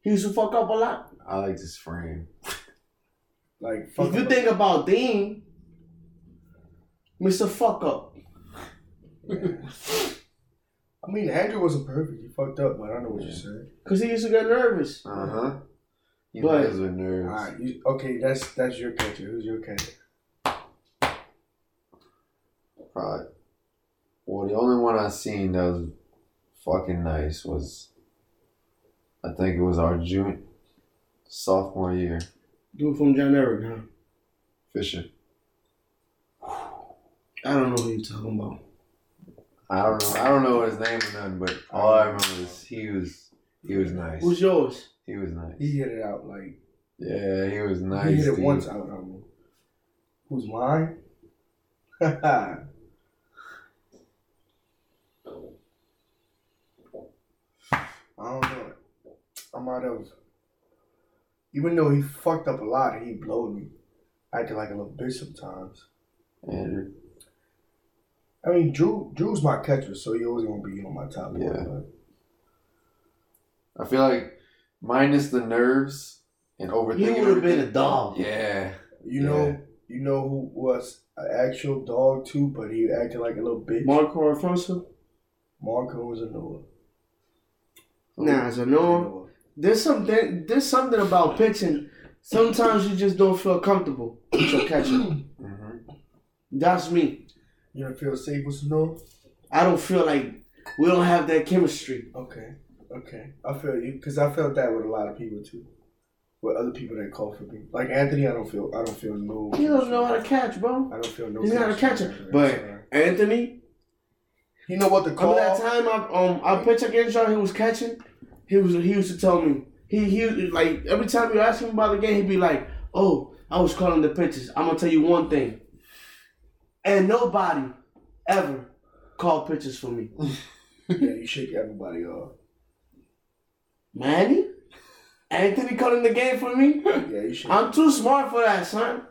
[SPEAKER 3] he used to fuck up a lot.
[SPEAKER 2] I like this frame.
[SPEAKER 1] Like, fuck
[SPEAKER 3] If you
[SPEAKER 1] him.
[SPEAKER 3] think about Dean, Mr. Fuck Up,
[SPEAKER 1] Yeah. I mean, Andrew wasn't perfect. He fucked up, but I know what you're
[SPEAKER 2] Yeah.
[SPEAKER 1] saying.
[SPEAKER 3] because he used to get nervous.
[SPEAKER 2] Uh huh. He
[SPEAKER 3] But-
[SPEAKER 2] lives with
[SPEAKER 1] All
[SPEAKER 2] nerves.
[SPEAKER 1] right, you, okay, that's that's your catcher. Who's your catcher?
[SPEAKER 2] Probably. Well, the only one I seen that was fucking nice was, I think it was our June sophomore year.
[SPEAKER 3] Dude from John Eric, huh?
[SPEAKER 2] Fisher.
[SPEAKER 3] I don't know who you're talking about.
[SPEAKER 2] I don't know. I don't know his name or nothing, but all I remember is he was he was nice.
[SPEAKER 3] Who's yours?
[SPEAKER 2] He was nice.
[SPEAKER 1] He hit it out like
[SPEAKER 2] Yeah, he was nice.
[SPEAKER 1] he hit it
[SPEAKER 2] dude.
[SPEAKER 1] once out on me. Who's mine? [laughs] Who I don't know. I'm out of. Even though he fucked up a lot, he blowed me, acting like a little bitch sometimes.
[SPEAKER 2] Andrew.
[SPEAKER 1] I mean, Drew Drew's my catcher, so he always gonna be on my top
[SPEAKER 2] Yeah.
[SPEAKER 1] one. But
[SPEAKER 2] I feel like minus the nerves and
[SPEAKER 3] He
[SPEAKER 2] overthinking.
[SPEAKER 3] would have been a
[SPEAKER 2] everything-
[SPEAKER 3] dog.
[SPEAKER 2] Yeah.
[SPEAKER 1] You
[SPEAKER 2] Yeah.
[SPEAKER 1] know, you know who was an actual dog too, but he acted like a little bitch.
[SPEAKER 3] Marco Alfonso?
[SPEAKER 1] Marco was a Noah.
[SPEAKER 3] Nah, so no. There's something. There's something about pitching. Sometimes you just don't feel comfortable with your catcher.
[SPEAKER 2] Mm-hmm.
[SPEAKER 3] That's me.
[SPEAKER 1] You don't feel safe with Noah?
[SPEAKER 3] I don't feel like we don't have that chemistry.
[SPEAKER 1] Okay, okay. I feel you because I felt that with a lot of people too, with other people that call for me. Like Anthony, I don't feel. I don't feel no.
[SPEAKER 3] He don't know how to catch, bro.
[SPEAKER 1] I don't feel no.
[SPEAKER 3] He's not a
[SPEAKER 1] connection.
[SPEAKER 3] catcher, but Anthony,
[SPEAKER 1] you know what the call.
[SPEAKER 3] Remember that time I um I pitched against y'all, he was catching. He was he used to tell me he he like every time you ask him about the game, he'd be like, "Oh, I was calling the pitches. I'm gonna tell you one thing." And nobody ever called pitches for me.
[SPEAKER 1] yeah, you shake everybody off.
[SPEAKER 3] Manny, Anthony calling the game for me.
[SPEAKER 1] Yeah, you shake. i
[SPEAKER 3] I'm too smart for
[SPEAKER 1] [laughs]
[SPEAKER 3] that, son.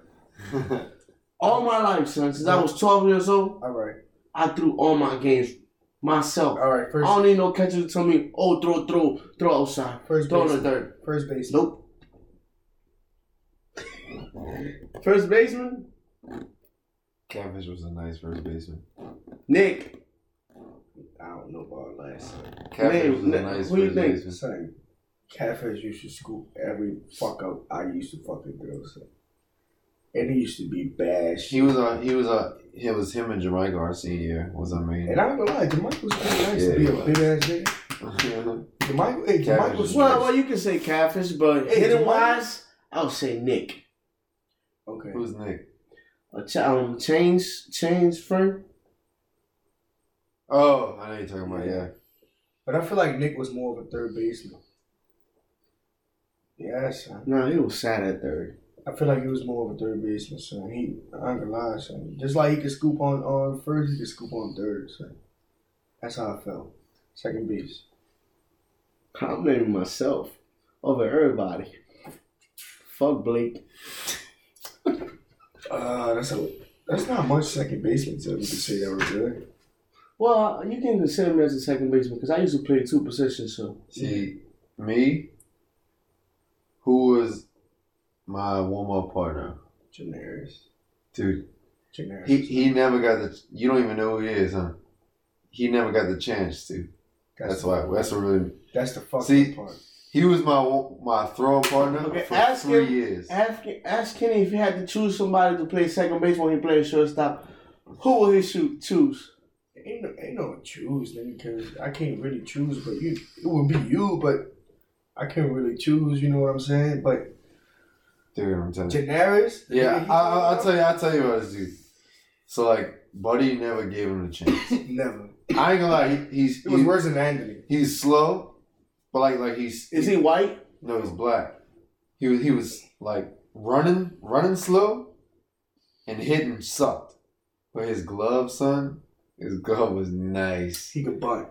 [SPEAKER 3] All my life, son, since I was 12 years old,
[SPEAKER 1] all right,
[SPEAKER 3] I threw all my games myself.
[SPEAKER 1] all right.
[SPEAKER 3] I
[SPEAKER 1] First,
[SPEAKER 3] don't need no catcher to tell me, "Oh, throw, throw, throw outside,
[SPEAKER 1] First
[SPEAKER 3] throw in the
[SPEAKER 1] baseman.
[SPEAKER 3] dirt."
[SPEAKER 1] first base.
[SPEAKER 3] Nope. First baseman,
[SPEAKER 2] Catfish was a nice first baseman.
[SPEAKER 3] Nick.
[SPEAKER 1] I don't know about last.
[SPEAKER 2] Catfish
[SPEAKER 3] Name,
[SPEAKER 2] was a
[SPEAKER 3] name,
[SPEAKER 2] nice
[SPEAKER 3] who you
[SPEAKER 2] first
[SPEAKER 3] think?
[SPEAKER 2] baseman.
[SPEAKER 1] Son, catfish used to scoop every fuck up I used to fucking do. Son. And he used to be bad shit.
[SPEAKER 2] He was a he was a it was him and Jamaica our senior year was our main.
[SPEAKER 1] And I don't know why, Jamaica was pretty nice
[SPEAKER 2] Yeah,
[SPEAKER 1] to be a
[SPEAKER 2] he was.
[SPEAKER 1] big ass nigga. Jamaica, hey, Jamaica was
[SPEAKER 2] Catfish.
[SPEAKER 3] Well, well, you can say catfish, but
[SPEAKER 1] Hey,
[SPEAKER 3] hitting
[SPEAKER 1] Jamar-
[SPEAKER 3] wise, I'll say Nick.
[SPEAKER 1] Okay.
[SPEAKER 2] [laughs] Who's Nick?
[SPEAKER 3] A ch- um, change, change friend.
[SPEAKER 2] Oh, I know you're talking about yeah.
[SPEAKER 1] But I feel like Nick was more of a third baseman. Yeah, son.
[SPEAKER 3] No, he was sad at third.
[SPEAKER 1] I feel like he was more of a third baseman, son. He, I ain't gonna lie, son. Just like he could scoop on, on first, he could scoop on third, son. That's how I felt. Second base.
[SPEAKER 3] I'm naming myself over everybody. Fuck Blake.
[SPEAKER 1] Uh, that's a, that's not much second baseman to ever say that was good.
[SPEAKER 3] Well, you can consider me as a second baseman because I used to play two positions. So
[SPEAKER 2] See, me, who was my warm up partner,
[SPEAKER 1] Janaris.
[SPEAKER 2] dude.
[SPEAKER 1] Janaris.
[SPEAKER 2] He he never got the. You don't even know who he is, huh? He never got the chance to. That's
[SPEAKER 1] the-
[SPEAKER 2] why. That's what really.
[SPEAKER 1] That's the fucking
[SPEAKER 2] See-
[SPEAKER 1] part.
[SPEAKER 2] He was my wa- my throwing partner
[SPEAKER 3] Okay,
[SPEAKER 2] for
[SPEAKER 3] ask
[SPEAKER 2] three
[SPEAKER 3] him-
[SPEAKER 2] years.
[SPEAKER 3] ask ask Kenny if he had to choose somebody to play second base when he plays shortstop. Who will he shoot choose?
[SPEAKER 1] Ain't no, ain't no choose, nigga, because I can't really choose, but you, it would be you, but I can't really choose, you know what I'm saying? But
[SPEAKER 2] Dude, I'm telling you.
[SPEAKER 1] Janaris? the
[SPEAKER 2] Yeah,
[SPEAKER 1] nigga he
[SPEAKER 2] I, I, I'll
[SPEAKER 1] talking
[SPEAKER 2] tell you. I'll tell you what I was dude. So like, Buddy never gave him a chance.
[SPEAKER 1] about? Never.
[SPEAKER 2] I ain't gonna lie. He, he's
[SPEAKER 1] It was
[SPEAKER 2] he's-
[SPEAKER 1] worse than Anthony.
[SPEAKER 2] he's slow, but like like he's
[SPEAKER 3] Is he white?
[SPEAKER 2] no he's black. He was he was like running running slow, and hitting sucked. But his glove, son, his glove was nice.
[SPEAKER 1] He could bunt.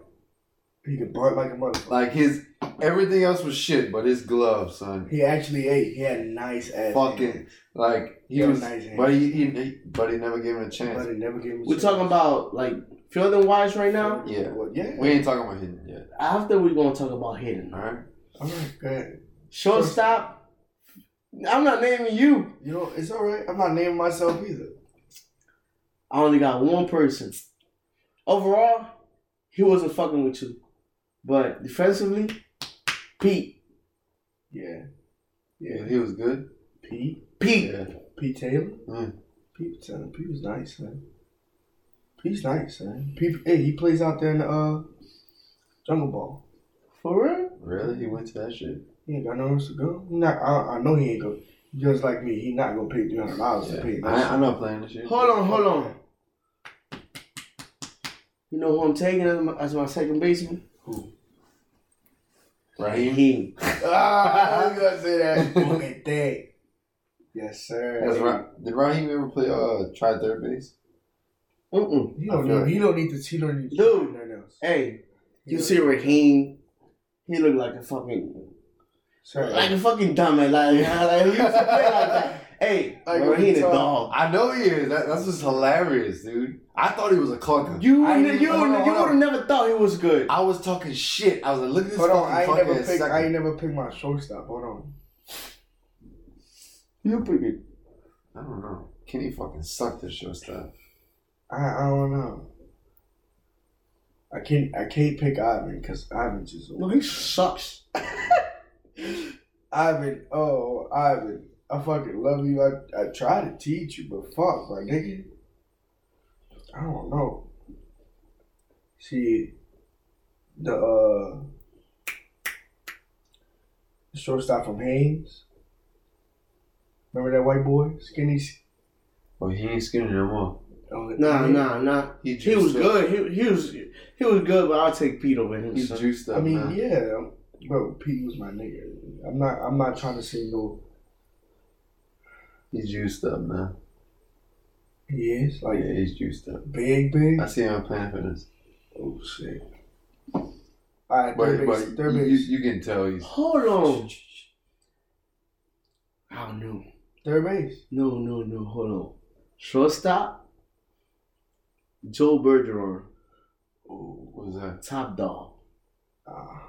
[SPEAKER 1] He could bunt like a motherfucker.
[SPEAKER 2] Like his everything else was shit, but his glove, son,
[SPEAKER 1] He actually ate. He had a nice ass.
[SPEAKER 2] fucking like he
[SPEAKER 1] Yeah,
[SPEAKER 2] was.
[SPEAKER 1] nice hand.
[SPEAKER 2] But he, he, he but he never gave him a
[SPEAKER 1] hand.
[SPEAKER 2] chance.
[SPEAKER 1] But it never gave him. a
[SPEAKER 3] We're
[SPEAKER 1] chance.
[SPEAKER 3] talking about like fielding wise right now.
[SPEAKER 2] Yeah.
[SPEAKER 1] Well, yeah.
[SPEAKER 2] We ain't talking about hitting yet.
[SPEAKER 3] After we're gonna talk about hitting.
[SPEAKER 2] All right.
[SPEAKER 1] All right, go ahead.
[SPEAKER 3] Shortstop. I'm not naming you.
[SPEAKER 1] You know, it's all right. I'm not naming myself either.
[SPEAKER 3] I only got one person. Overall, he wasn't fucking with you, but defensively, Pete,
[SPEAKER 1] Yeah.
[SPEAKER 2] Yeah,
[SPEAKER 1] Yeah.
[SPEAKER 2] he was good.
[SPEAKER 1] Pete.
[SPEAKER 3] Pete.
[SPEAKER 2] Yeah.
[SPEAKER 1] Pete Taylor.
[SPEAKER 2] Mm.
[SPEAKER 1] Pete Taylor. Pete was nice, man. Pete's nice, man. Pete, hey, he plays out there in the uh, Jungle Ball.
[SPEAKER 3] For real?
[SPEAKER 2] Really? He went to that shit?
[SPEAKER 1] He ain't got nowhere else to go. He Not, I, I know he ain't go. Just like me, he not gonna pay three hundred dollars to pay.
[SPEAKER 2] Yeah.
[SPEAKER 1] that
[SPEAKER 2] I, I'm not playing this shit.
[SPEAKER 3] Hold on, hold on. You know who I'm taking as my, as my second baseman?
[SPEAKER 2] Raheem?
[SPEAKER 3] He.
[SPEAKER 2] [laughs]
[SPEAKER 1] Ah, I was gonna say [laughs] that. Look at that. Yes, sir.
[SPEAKER 2] That's Ra- Did Raheem ever play, uh, try third base?
[SPEAKER 3] Mm-mm.
[SPEAKER 1] He don't,
[SPEAKER 2] I feel
[SPEAKER 1] need, he don't need to. He don't need to
[SPEAKER 3] Dude.
[SPEAKER 1] nothing else.
[SPEAKER 3] Hey,
[SPEAKER 1] He
[SPEAKER 3] you
[SPEAKER 1] don't-
[SPEAKER 3] see Raheem? He looked like a fucking
[SPEAKER 1] Sir.
[SPEAKER 3] like a fucking dumbass. Like, [laughs] like, he used to play like that. Hey,
[SPEAKER 1] Like, what you
[SPEAKER 3] Raheem a
[SPEAKER 1] talking-
[SPEAKER 3] dog.
[SPEAKER 2] I know he is. That, that's just hilarious, dude. I thought he was a clunker.
[SPEAKER 3] You
[SPEAKER 1] I
[SPEAKER 3] kn-
[SPEAKER 1] ain't-
[SPEAKER 3] you
[SPEAKER 1] hold on,
[SPEAKER 3] kn- you
[SPEAKER 1] hold
[SPEAKER 3] would have never thought he was good.
[SPEAKER 2] I was talking shit. I was like, look at this
[SPEAKER 1] Hold
[SPEAKER 2] fucking
[SPEAKER 1] on, I ain't
[SPEAKER 2] fucking
[SPEAKER 1] never picked.
[SPEAKER 2] second.
[SPEAKER 1] I ain't never picked my shortstop. Hold on.
[SPEAKER 3] You pretty good.
[SPEAKER 2] I don't know. Kenny fucking sucked at shortstop.
[SPEAKER 1] I, I don't know. I can't. I can't pick Ivan because Ivan just.
[SPEAKER 3] No, he sucks.
[SPEAKER 1] Ivan. Oh, Ivan. I fucking love you. I, I try to teach you, but fuck, my nigga. I don't know. See, the uh, the shortstop from Haynes. Remember that white boy, skinny? s-
[SPEAKER 2] Well, he ain't skinny no more.
[SPEAKER 1] Oh,
[SPEAKER 3] Nah,
[SPEAKER 1] I mean,
[SPEAKER 3] nah, nah.
[SPEAKER 2] He,
[SPEAKER 3] He was
[SPEAKER 2] juiced up.
[SPEAKER 3] good. He, he was he was good, but I'll take Pete over him.
[SPEAKER 2] He
[SPEAKER 3] son.
[SPEAKER 2] juiced up,
[SPEAKER 1] I mean,
[SPEAKER 2] man.
[SPEAKER 1] yeah, bro. Pete was my nigga. I'm not. I'm not trying to say no.
[SPEAKER 2] He juiced up, man.
[SPEAKER 1] He is
[SPEAKER 2] Oh,
[SPEAKER 1] like
[SPEAKER 2] yeah, he's juiced up.
[SPEAKER 1] big, big.
[SPEAKER 2] I see him playing for this.
[SPEAKER 1] Oh shit. All right,
[SPEAKER 2] But,
[SPEAKER 1] third
[SPEAKER 2] but
[SPEAKER 1] base. third
[SPEAKER 2] you, you,
[SPEAKER 1] base.
[SPEAKER 2] you can tell he's...
[SPEAKER 3] Hold on. Oh no,
[SPEAKER 1] Third base.
[SPEAKER 3] no, no, no. Hold on. Shortstop. Joe Bergeron,
[SPEAKER 2] What was that?
[SPEAKER 3] top dog.
[SPEAKER 1] Ah,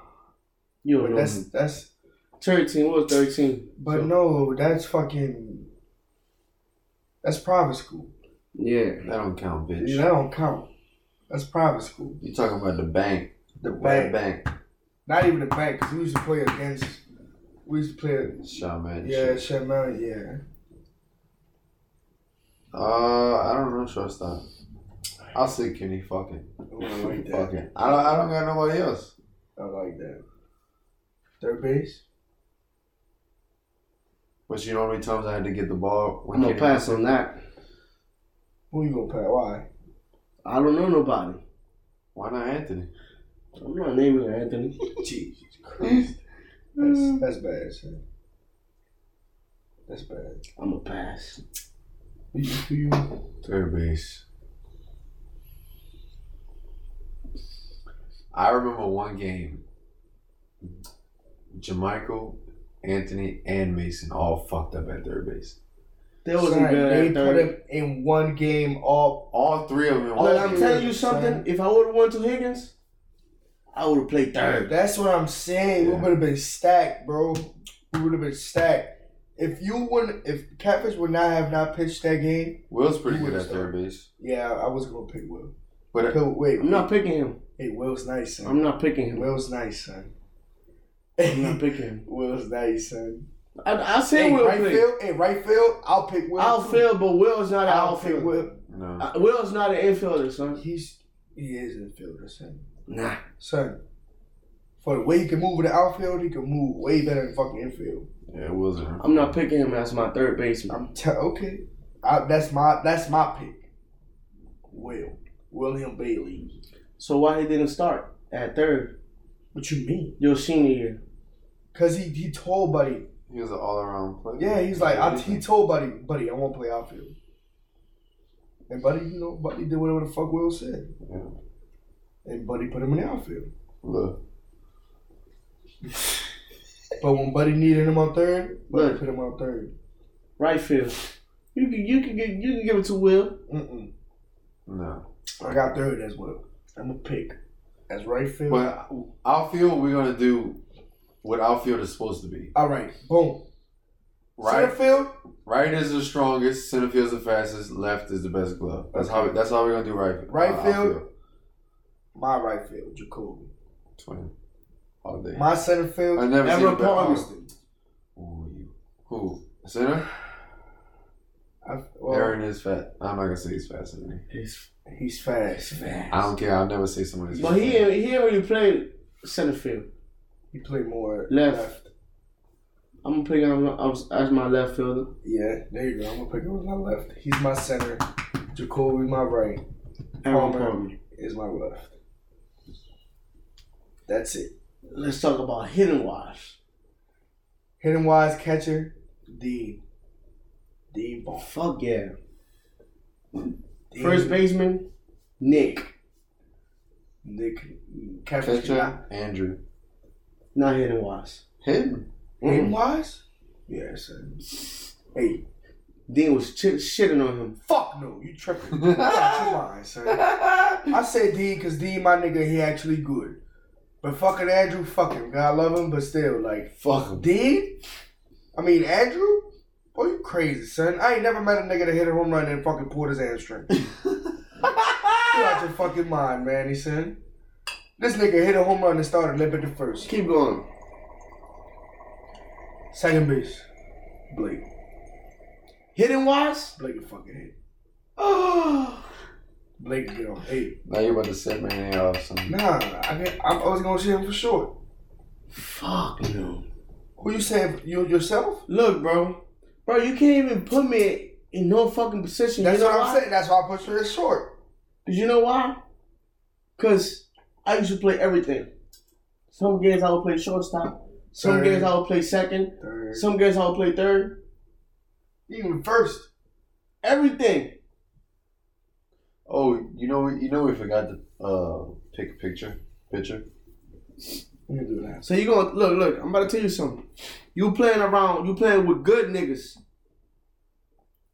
[SPEAKER 3] You don't
[SPEAKER 1] but
[SPEAKER 3] know
[SPEAKER 1] that's
[SPEAKER 3] him.
[SPEAKER 1] that's.
[SPEAKER 3] thirteen. What was thirteen?
[SPEAKER 1] But
[SPEAKER 3] So-
[SPEAKER 1] no, that's fucking. That's private school.
[SPEAKER 3] Yeah.
[SPEAKER 2] That don't count, bitch.
[SPEAKER 1] That don't count. That's private school.
[SPEAKER 2] You talking about the bank?
[SPEAKER 1] The
[SPEAKER 2] Red
[SPEAKER 1] bank.
[SPEAKER 2] bank.
[SPEAKER 1] Not even the bank. 'cause we used to play against. We used to play.
[SPEAKER 2] Shaman.
[SPEAKER 1] Yeah,
[SPEAKER 2] Yeah.
[SPEAKER 1] Shed Mountain. Yeah.
[SPEAKER 2] Uh, I don't know shortstop. I'll say Kenny. Fuck it.
[SPEAKER 1] Oh, I like
[SPEAKER 2] Fuck
[SPEAKER 1] that.
[SPEAKER 2] it. I don't. I don't got nobody else.
[SPEAKER 1] I like that. Third base.
[SPEAKER 2] But you know how many times I had to get the ball when
[SPEAKER 3] I'm gonna
[SPEAKER 2] Kenny-
[SPEAKER 3] pass on that.
[SPEAKER 1] Who you gonna play? Why?
[SPEAKER 3] I don't know nobody.
[SPEAKER 2] Why not Anthony?
[SPEAKER 3] I'm not naming Anthony. [laughs]
[SPEAKER 1] Jesus Christ.
[SPEAKER 3] Mm.
[SPEAKER 1] That's that's bad, son. That's bad.
[SPEAKER 3] I'm gonna pass.
[SPEAKER 1] Who you, who you
[SPEAKER 2] Third base. I remember one game. Jamichael, Anthony, and Mason all fucked up at third base.
[SPEAKER 3] They wasn't
[SPEAKER 1] Son,
[SPEAKER 3] good.
[SPEAKER 1] They
[SPEAKER 3] at
[SPEAKER 1] put
[SPEAKER 3] third.
[SPEAKER 1] him in one game all.
[SPEAKER 2] All three of them. in
[SPEAKER 3] But
[SPEAKER 2] one
[SPEAKER 1] Oh,
[SPEAKER 3] I'm
[SPEAKER 2] year.
[SPEAKER 3] telling you something.
[SPEAKER 1] son.
[SPEAKER 3] If I would have won to Higgins, I would have played third.
[SPEAKER 1] That's what I'm saying. We
[SPEAKER 2] Yeah.
[SPEAKER 1] would have been stacked, bro. We would have been stacked. If you wouldn't, if Catfish would not have not pitched that game,
[SPEAKER 2] Will's pretty
[SPEAKER 1] He
[SPEAKER 2] good
[SPEAKER 1] was
[SPEAKER 2] at third base,
[SPEAKER 1] yeah, I was gonna pick Will.
[SPEAKER 2] but
[SPEAKER 1] Pill- wait,
[SPEAKER 3] I'm not picking him.
[SPEAKER 1] hey, Will's nice, son.
[SPEAKER 3] I'm not picking him.
[SPEAKER 1] Will's nice, son. [laughs]
[SPEAKER 3] I'm not picking him.
[SPEAKER 1] Will's nice, son.
[SPEAKER 3] I, I say
[SPEAKER 1] Hey,
[SPEAKER 3] Will
[SPEAKER 1] right
[SPEAKER 3] pick.
[SPEAKER 1] field, hey, right field. I'll pick Will. too.
[SPEAKER 3] Outfield, but Will's not an
[SPEAKER 1] I'll pick
[SPEAKER 3] outfielder.
[SPEAKER 1] Will.
[SPEAKER 2] no.
[SPEAKER 3] Uh, Will's not an infielder, son.
[SPEAKER 1] He's he is an infielder, son.
[SPEAKER 3] Nah.
[SPEAKER 1] Son, for the way he can move in the outfield, he can move way better than fucking infield.
[SPEAKER 2] Yeah, Will's. in.
[SPEAKER 3] I'm not picking him as my third baseman.
[SPEAKER 1] I'm tell okay. I, that's my that's my pick. Will William Bailey.
[SPEAKER 3] So why he didn't start at third
[SPEAKER 1] What you mean?
[SPEAKER 3] your senior year?
[SPEAKER 1] Cause he he told Buddy.
[SPEAKER 2] He was an all-around player.
[SPEAKER 1] Yeah, he's like I, he told Buddy, Buddy, I won't play outfield. And Buddy, you know, Buddy did whatever the fuck Will said.
[SPEAKER 2] Yeah.
[SPEAKER 1] And Buddy put him in the outfield.
[SPEAKER 2] Look,
[SPEAKER 1] But when Buddy needed him on third, Buddy
[SPEAKER 3] Look.
[SPEAKER 1] put him on third.
[SPEAKER 3] Right field. You can you can get you can give it to Will.
[SPEAKER 1] Mm-mm.
[SPEAKER 2] no.
[SPEAKER 1] I got third as well. I'm a pick. That's right field.
[SPEAKER 2] But outfield, we're gonna do what outfield is supposed to be.
[SPEAKER 1] All right, boom.
[SPEAKER 2] Right,
[SPEAKER 1] Center field.
[SPEAKER 2] right is the strongest. Center field's the fastest. Left is the best glove. That's how. That's how we're gonna do right.
[SPEAKER 1] Right
[SPEAKER 2] uh,
[SPEAKER 1] field.
[SPEAKER 2] outfield.
[SPEAKER 1] My right field, Jacoby.
[SPEAKER 2] Twin. All day.
[SPEAKER 1] My center
[SPEAKER 2] I
[SPEAKER 1] field,
[SPEAKER 2] never seen a
[SPEAKER 3] Ever
[SPEAKER 2] better. outfield.
[SPEAKER 3] Palmerston.
[SPEAKER 2] Ooh, you. Who? Center?
[SPEAKER 1] I, well,
[SPEAKER 2] Aaron is fat. I'm not gonna say he's faster than me.
[SPEAKER 3] He's
[SPEAKER 1] he's fast.
[SPEAKER 2] I
[SPEAKER 3] fast.
[SPEAKER 2] don't care. I'll never say somebody's.
[SPEAKER 3] But he ain't- he already played center field.
[SPEAKER 1] He played more
[SPEAKER 3] Left. I'm gonna pick him as- as my left fielder.
[SPEAKER 1] Yeah, there you go. I'm gonna pick him with my left. He's my center. Jacoby, my right,
[SPEAKER 3] Aaron
[SPEAKER 1] Palmer.
[SPEAKER 3] Palmer.
[SPEAKER 1] is my left. That's it.
[SPEAKER 3] Let's talk about hidden wise.
[SPEAKER 1] Hitting wise catcher, Dean. Dean Ball.
[SPEAKER 3] Fuck yeah.
[SPEAKER 1] Dean-
[SPEAKER 3] First baseman, Nick.
[SPEAKER 1] Nick. Catcher.
[SPEAKER 2] catcher. Andrew.
[SPEAKER 3] Not hidden wise.
[SPEAKER 2] Hidden.
[SPEAKER 3] Mm-hmm.
[SPEAKER 1] Hitting wise? Yeah, son. Hey,
[SPEAKER 3] Dean was ch- shitting on him.
[SPEAKER 1] fuck no. You tripping. You out your mind, son. I said Dean because Dean, my nigga, he actually good. But fucking Andrew, fuck him. God love him, but still, like,
[SPEAKER 2] Fuck him.
[SPEAKER 1] Dean? I mean, Andrew? Boy, you crazy, son. I ain't never met a nigga that hit a home run and fucking pulled his hamstring. you out your fucking mind, man, he said. This nigga hit a home run and started limping the first.
[SPEAKER 3] Keep going.
[SPEAKER 1] Second base. Blake.
[SPEAKER 3] Hidden wise? [sighs]
[SPEAKER 1] Blake a fucking hit.
[SPEAKER 3] Oh.
[SPEAKER 1] Blake get on eight.
[SPEAKER 2] Now you about to set my name off something.
[SPEAKER 1] Nah, I, mean, I, I was gonna see him for short.
[SPEAKER 3] Fuck no.
[SPEAKER 1] Who you saying? You yourself?
[SPEAKER 3] Look, bro. Bro, you can't even put me in no fucking position.
[SPEAKER 1] That's
[SPEAKER 3] you know
[SPEAKER 1] what I'm
[SPEAKER 3] why?
[SPEAKER 1] saying. That's why I put you in short.
[SPEAKER 3] Cause you know why? Cause I used to play everything. Some games I would play shortstop. Some
[SPEAKER 1] Third.
[SPEAKER 3] games I would play second.
[SPEAKER 1] Third.
[SPEAKER 3] Some games I would play third.
[SPEAKER 1] Even first.
[SPEAKER 3] Everything.
[SPEAKER 2] Oh, you know, you know, we forgot to uh, pick a picture. Picture.
[SPEAKER 1] We can do that.
[SPEAKER 3] So you gonna look, look, I'm about to tell you something. You playing around, you playing with good niggas.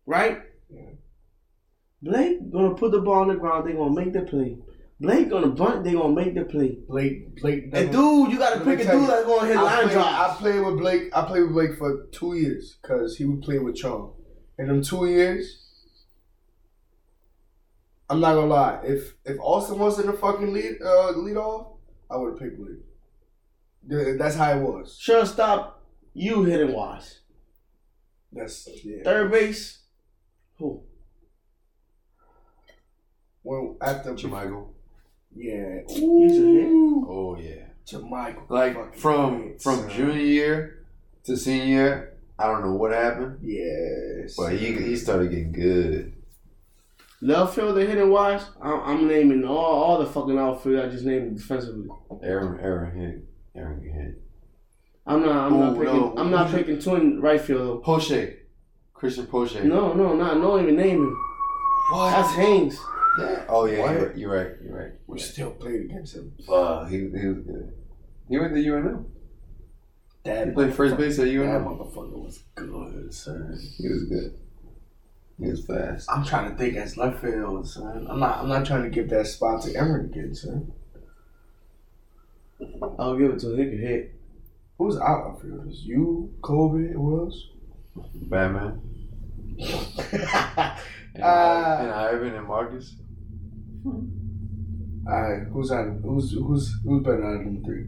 [SPEAKER 3] Right?
[SPEAKER 1] Yeah.
[SPEAKER 3] Blake gonna put the ball on the ground, they gonna make the play. Blake gonna bunt, they gonna make the play.
[SPEAKER 1] Blake, Blake.
[SPEAKER 3] And dude, you gotta
[SPEAKER 1] Let me
[SPEAKER 3] pick a
[SPEAKER 1] tell
[SPEAKER 3] dude
[SPEAKER 1] you,
[SPEAKER 3] that's gonna hit
[SPEAKER 1] I
[SPEAKER 3] line
[SPEAKER 1] played, I
[SPEAKER 3] drives.
[SPEAKER 1] played with Blake. I played with Blake for two years because he would play with Charles. And in two years, I'm not gonna lie. If if Austin was in the fucking lead uh, lead off, I would have picked Blake. Th- That's how it was.
[SPEAKER 3] Shortstop, you hitting wise.
[SPEAKER 1] That's yeah.
[SPEAKER 3] Third base. Who?
[SPEAKER 1] Well, after
[SPEAKER 2] Jermichael.
[SPEAKER 1] yeah,
[SPEAKER 3] He's a hit.
[SPEAKER 2] Oh yeah.
[SPEAKER 1] Jermichael.
[SPEAKER 2] Like
[SPEAKER 1] fucking
[SPEAKER 2] from
[SPEAKER 1] hit,
[SPEAKER 2] from
[SPEAKER 1] son.
[SPEAKER 2] junior year to senior year, I don't know what happened,
[SPEAKER 1] Yes.
[SPEAKER 2] but he he started getting good.
[SPEAKER 3] Left fielder hitting wise, I'm, I'm naming all, all the fucking outfield I just named defensively.
[SPEAKER 2] Aaron Aaron hit. Aaron hit.
[SPEAKER 3] I'm not. I'm not
[SPEAKER 2] Oh,
[SPEAKER 3] picking.
[SPEAKER 2] no.
[SPEAKER 3] I'm not picking twin right fielder.
[SPEAKER 2] Poche. Christian Poche.
[SPEAKER 3] No, no, not. No, even name him.
[SPEAKER 2] What?
[SPEAKER 3] That's Haynes.
[SPEAKER 2] Yeah. Oh yeah.
[SPEAKER 1] What?
[SPEAKER 2] You're, you're right. You're right. You're
[SPEAKER 1] we
[SPEAKER 2] right.
[SPEAKER 1] still played against him.
[SPEAKER 2] Uh, he, he was good. He went to UNM.
[SPEAKER 1] That
[SPEAKER 2] He played first base at
[SPEAKER 1] That
[SPEAKER 2] UNM.
[SPEAKER 1] motherfucker was good, sir.
[SPEAKER 2] He was good. He was fast.
[SPEAKER 1] I'm trying to think as left field, son. I'm not. I'm not trying to give that spot to Emery again, son.
[SPEAKER 3] I'll give it to him. He can hit.
[SPEAKER 1] Who's out outfielders? You, Kobe, who else? [laughs]
[SPEAKER 2] Batman. And,
[SPEAKER 1] Uh,
[SPEAKER 2] and Ivan and Marcus.
[SPEAKER 1] Alright, who's out? Of, who's who's who's better out of them three?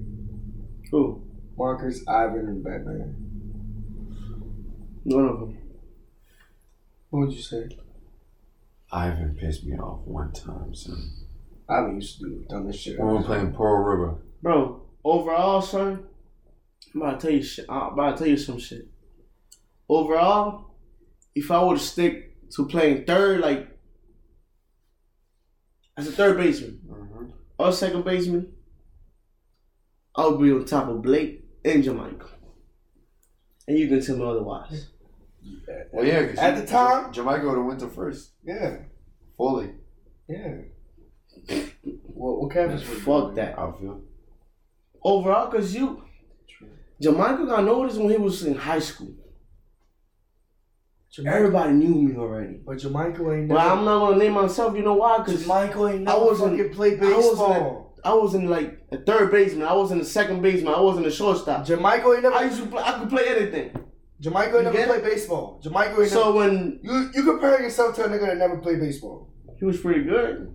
[SPEAKER 3] Who?
[SPEAKER 1] Marcus, Ivan, and Batman.
[SPEAKER 3] None of them.
[SPEAKER 1] What would you say?
[SPEAKER 2] Ivan pissed me off one time, son.
[SPEAKER 1] Ivan used to do the dumbest shit.
[SPEAKER 2] When we were playing Pearl River.
[SPEAKER 3] Bro, overall, son, I'm about to tell you shit. I'm about to tell you some shit. Overall, if I were to stick to playing third, like as a third baseman
[SPEAKER 1] Mm-hmm.
[SPEAKER 3] or second baseman, I would be on top of Blake and Jamaica. And you can tell me otherwise.
[SPEAKER 2] Well, yeah. 'cause
[SPEAKER 1] At
[SPEAKER 2] you-
[SPEAKER 1] the time?
[SPEAKER 2] Jamaica would have went to first.
[SPEAKER 1] Yeah,
[SPEAKER 2] Fully.
[SPEAKER 1] yeah. What what campus? were you
[SPEAKER 3] Fuck
[SPEAKER 1] on?
[SPEAKER 3] that.
[SPEAKER 2] Outfield.
[SPEAKER 3] Overall, cause you, Jamaica got noticed when he was in high school.
[SPEAKER 1] Jamaica,
[SPEAKER 3] Everybody knew me already.
[SPEAKER 1] but Jamaica ain't.
[SPEAKER 3] But
[SPEAKER 1] never-
[SPEAKER 3] I'm not gonna name myself. You know why? Cause
[SPEAKER 1] Michael ain't
[SPEAKER 3] I
[SPEAKER 1] never
[SPEAKER 3] wasn't-
[SPEAKER 1] fucking play
[SPEAKER 3] I wasn't
[SPEAKER 1] baseball.
[SPEAKER 3] I was in like a third baseman. I was in a second baseman. I was in a shortstop.
[SPEAKER 1] Jamaica ain't
[SPEAKER 3] I
[SPEAKER 1] never.
[SPEAKER 3] used to play. I could play anything.
[SPEAKER 1] Jamaica ain't
[SPEAKER 3] You
[SPEAKER 1] never
[SPEAKER 3] get
[SPEAKER 1] play baseball. Jamaica ain't
[SPEAKER 3] So when
[SPEAKER 1] never. You you compare yourself to a nigga that never played baseball.
[SPEAKER 3] he was pretty good,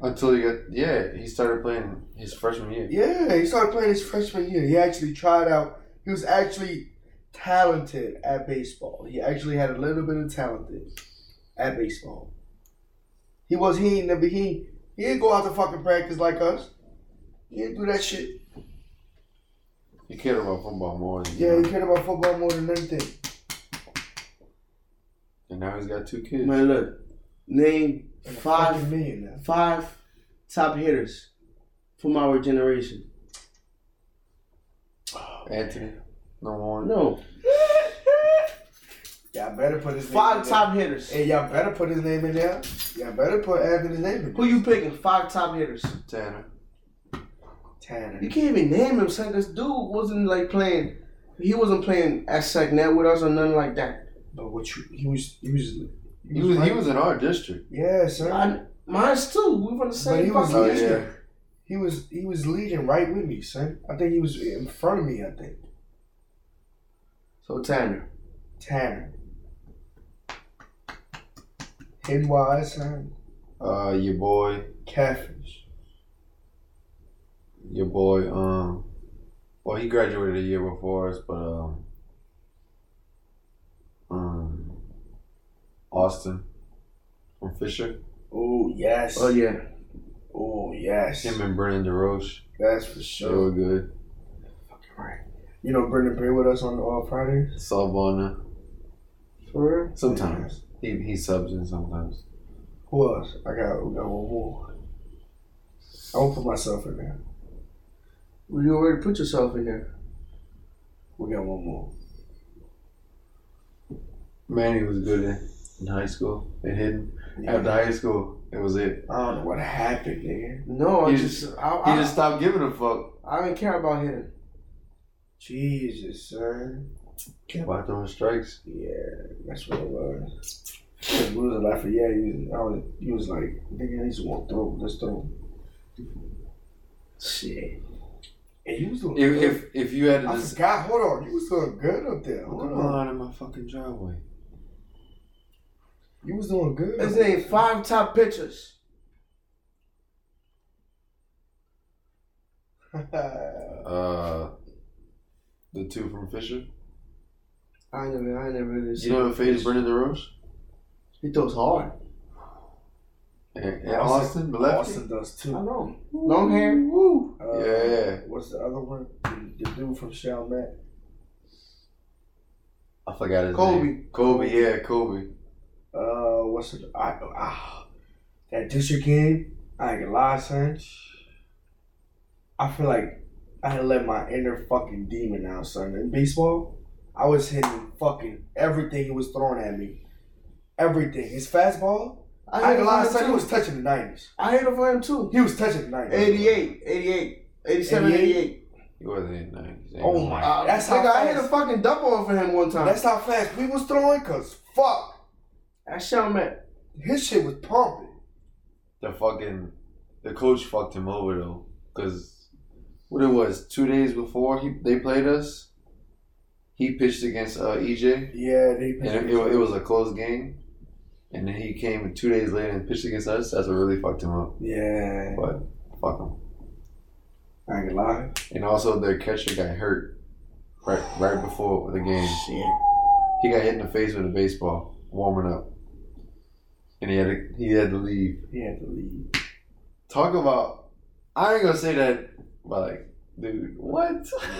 [SPEAKER 2] Until he got, yeah, he started playing his freshman year.
[SPEAKER 1] Yeah, he started playing his freshman year. He actually tried out. He was actually talented at baseball. He actually had a little bit of talent there at baseball. He was he ain't never he he didn't go out to fucking practice like us. He didn't do that shit.
[SPEAKER 2] He cared about football more. Than,
[SPEAKER 1] Yeah, he cared about football more than anything.
[SPEAKER 2] And now he's got two kids.
[SPEAKER 3] man. Look, name
[SPEAKER 1] And a fucking
[SPEAKER 3] five
[SPEAKER 1] million now.
[SPEAKER 3] five top hitters from our generation.
[SPEAKER 2] Anthony, number one.
[SPEAKER 3] No,
[SPEAKER 1] Y'all better put his name in
[SPEAKER 3] five
[SPEAKER 1] there.
[SPEAKER 3] top hitters.
[SPEAKER 1] Hey, y'all better put his name in there. Y'all better put Anthony's name in there.
[SPEAKER 3] Who you picking? Five top hitters.
[SPEAKER 2] Tanner.
[SPEAKER 1] Tanner.
[SPEAKER 3] You can't even name him, son. This dude wasn't like playing. He wasn't playing at SecNet with us or nothing like that.
[SPEAKER 1] But what you he was he was
[SPEAKER 2] He was, he
[SPEAKER 1] right.
[SPEAKER 2] was in our district.
[SPEAKER 1] yeah sir.
[SPEAKER 3] I, mine's too. We were the
[SPEAKER 1] but he
[SPEAKER 3] same.
[SPEAKER 1] was
[SPEAKER 3] fucking-
[SPEAKER 2] Oh,
[SPEAKER 1] leading.
[SPEAKER 2] yeah.
[SPEAKER 1] He was he was leading right with me, son. I think he was in front of me. I think
[SPEAKER 3] So Tanner,
[SPEAKER 1] Tanner. Hidden wise, son.
[SPEAKER 2] Uh, your boy,
[SPEAKER 1] Catfish.
[SPEAKER 2] your boy. Um, well, he graduated a year before us, but um, um, Austin from Fisher.
[SPEAKER 1] Oh yes.
[SPEAKER 3] oh yeah,
[SPEAKER 1] Oh yes.
[SPEAKER 2] Him and Brendan DeRoche.
[SPEAKER 1] That's for
[SPEAKER 2] They
[SPEAKER 1] sure.
[SPEAKER 2] were good.
[SPEAKER 1] Right. You know, Brendan played with us on uh, all Fridays.
[SPEAKER 2] Saul Bonner.
[SPEAKER 3] for real.
[SPEAKER 2] Sometimes he he subs in sometimes.
[SPEAKER 1] Who else? I got we got one more. I won't put myself in there.
[SPEAKER 3] Well, you already put yourself in there.
[SPEAKER 1] We got one more.
[SPEAKER 2] Manny was good in, in high school. It hidden after high school. It was it.
[SPEAKER 1] I don't know what happened, nigga.
[SPEAKER 3] No, I
[SPEAKER 2] He
[SPEAKER 3] just, I,
[SPEAKER 2] He
[SPEAKER 3] I,
[SPEAKER 2] just stopped giving a fuck.
[SPEAKER 3] I didn't care about hitting.
[SPEAKER 1] Jesus, son.
[SPEAKER 2] Why throwing strikes?
[SPEAKER 1] Yeah, that's what it was. Cause we was in Lafayette. You, I was, you was like, nigga, these won't throw. Let's throw.
[SPEAKER 3] Shit.
[SPEAKER 1] And you was doing
[SPEAKER 2] If
[SPEAKER 1] good.
[SPEAKER 2] if, if you had to
[SPEAKER 1] I
[SPEAKER 2] just
[SPEAKER 1] forgot. Hold on, you was doing good up there.
[SPEAKER 2] Look
[SPEAKER 1] Hold
[SPEAKER 2] at
[SPEAKER 1] on,
[SPEAKER 2] line in my fucking driveway.
[SPEAKER 1] you was doing good.
[SPEAKER 3] Let's name five top pitchers.
[SPEAKER 1] [laughs]
[SPEAKER 2] Uh, the two from Fisher.
[SPEAKER 3] I never, I never really
[SPEAKER 2] You
[SPEAKER 3] seen.
[SPEAKER 2] never faced Brendan DeRoche
[SPEAKER 3] He throws hard.
[SPEAKER 2] and, and Austin, the lefty.
[SPEAKER 1] Austin does
[SPEAKER 3] I
[SPEAKER 1] too.
[SPEAKER 3] know. Long hair. Woo.
[SPEAKER 1] Uh,
[SPEAKER 2] Yeah, yeah.
[SPEAKER 1] What's the other one? The, the dude from Chalmette.
[SPEAKER 2] I forgot his
[SPEAKER 3] Kobe.
[SPEAKER 2] name. Kobe. Kobe. Yeah, Kobe.
[SPEAKER 1] Uh, what's it? I, ah, that district game. I ain't gonna lie, son. I feel like I had let my inner fucking demon out, son. In baseball, I was hitting fucking everything he was throwing at me. Everything. His fastball. I ain't
[SPEAKER 3] hit
[SPEAKER 1] gonna lie,
[SPEAKER 3] for
[SPEAKER 1] son. He
[SPEAKER 3] him too.
[SPEAKER 1] was touching the nineties.
[SPEAKER 3] I hit it for him too.
[SPEAKER 1] He was touching the nineties.
[SPEAKER 3] 88, 88, 87, 88.
[SPEAKER 1] 88?
[SPEAKER 2] He wasn't in nineties.
[SPEAKER 1] Oh my-
[SPEAKER 3] Uh,
[SPEAKER 1] That's
[SPEAKER 3] That's
[SPEAKER 1] how
[SPEAKER 3] nigga, I hit
[SPEAKER 1] fast-
[SPEAKER 3] a fucking double over him one time.
[SPEAKER 1] That's how fast we was throwing. Cause fuck,
[SPEAKER 3] That Sean Mack.
[SPEAKER 1] His shit was pumping.
[SPEAKER 2] The fucking the coach fucked him over though, because what it was two days before he they played us, he pitched against uh, EJ,
[SPEAKER 1] Yeah, they.
[SPEAKER 2] and it, it, wa- it was a close game, and then he came two days later and pitched against us. That's what really fucked him up.
[SPEAKER 1] yeah,
[SPEAKER 2] But fuck him.
[SPEAKER 1] I ain't gonna lie.
[SPEAKER 2] And also their catcher got hurt right right before the game.
[SPEAKER 1] Shit.
[SPEAKER 2] He got hit in the face with a baseball warming up, and he had to, he had to leave.
[SPEAKER 1] He had to leave.
[SPEAKER 2] Talk about I ain't gonna say that, but like, dude, what?
[SPEAKER 1] Yes. [laughs]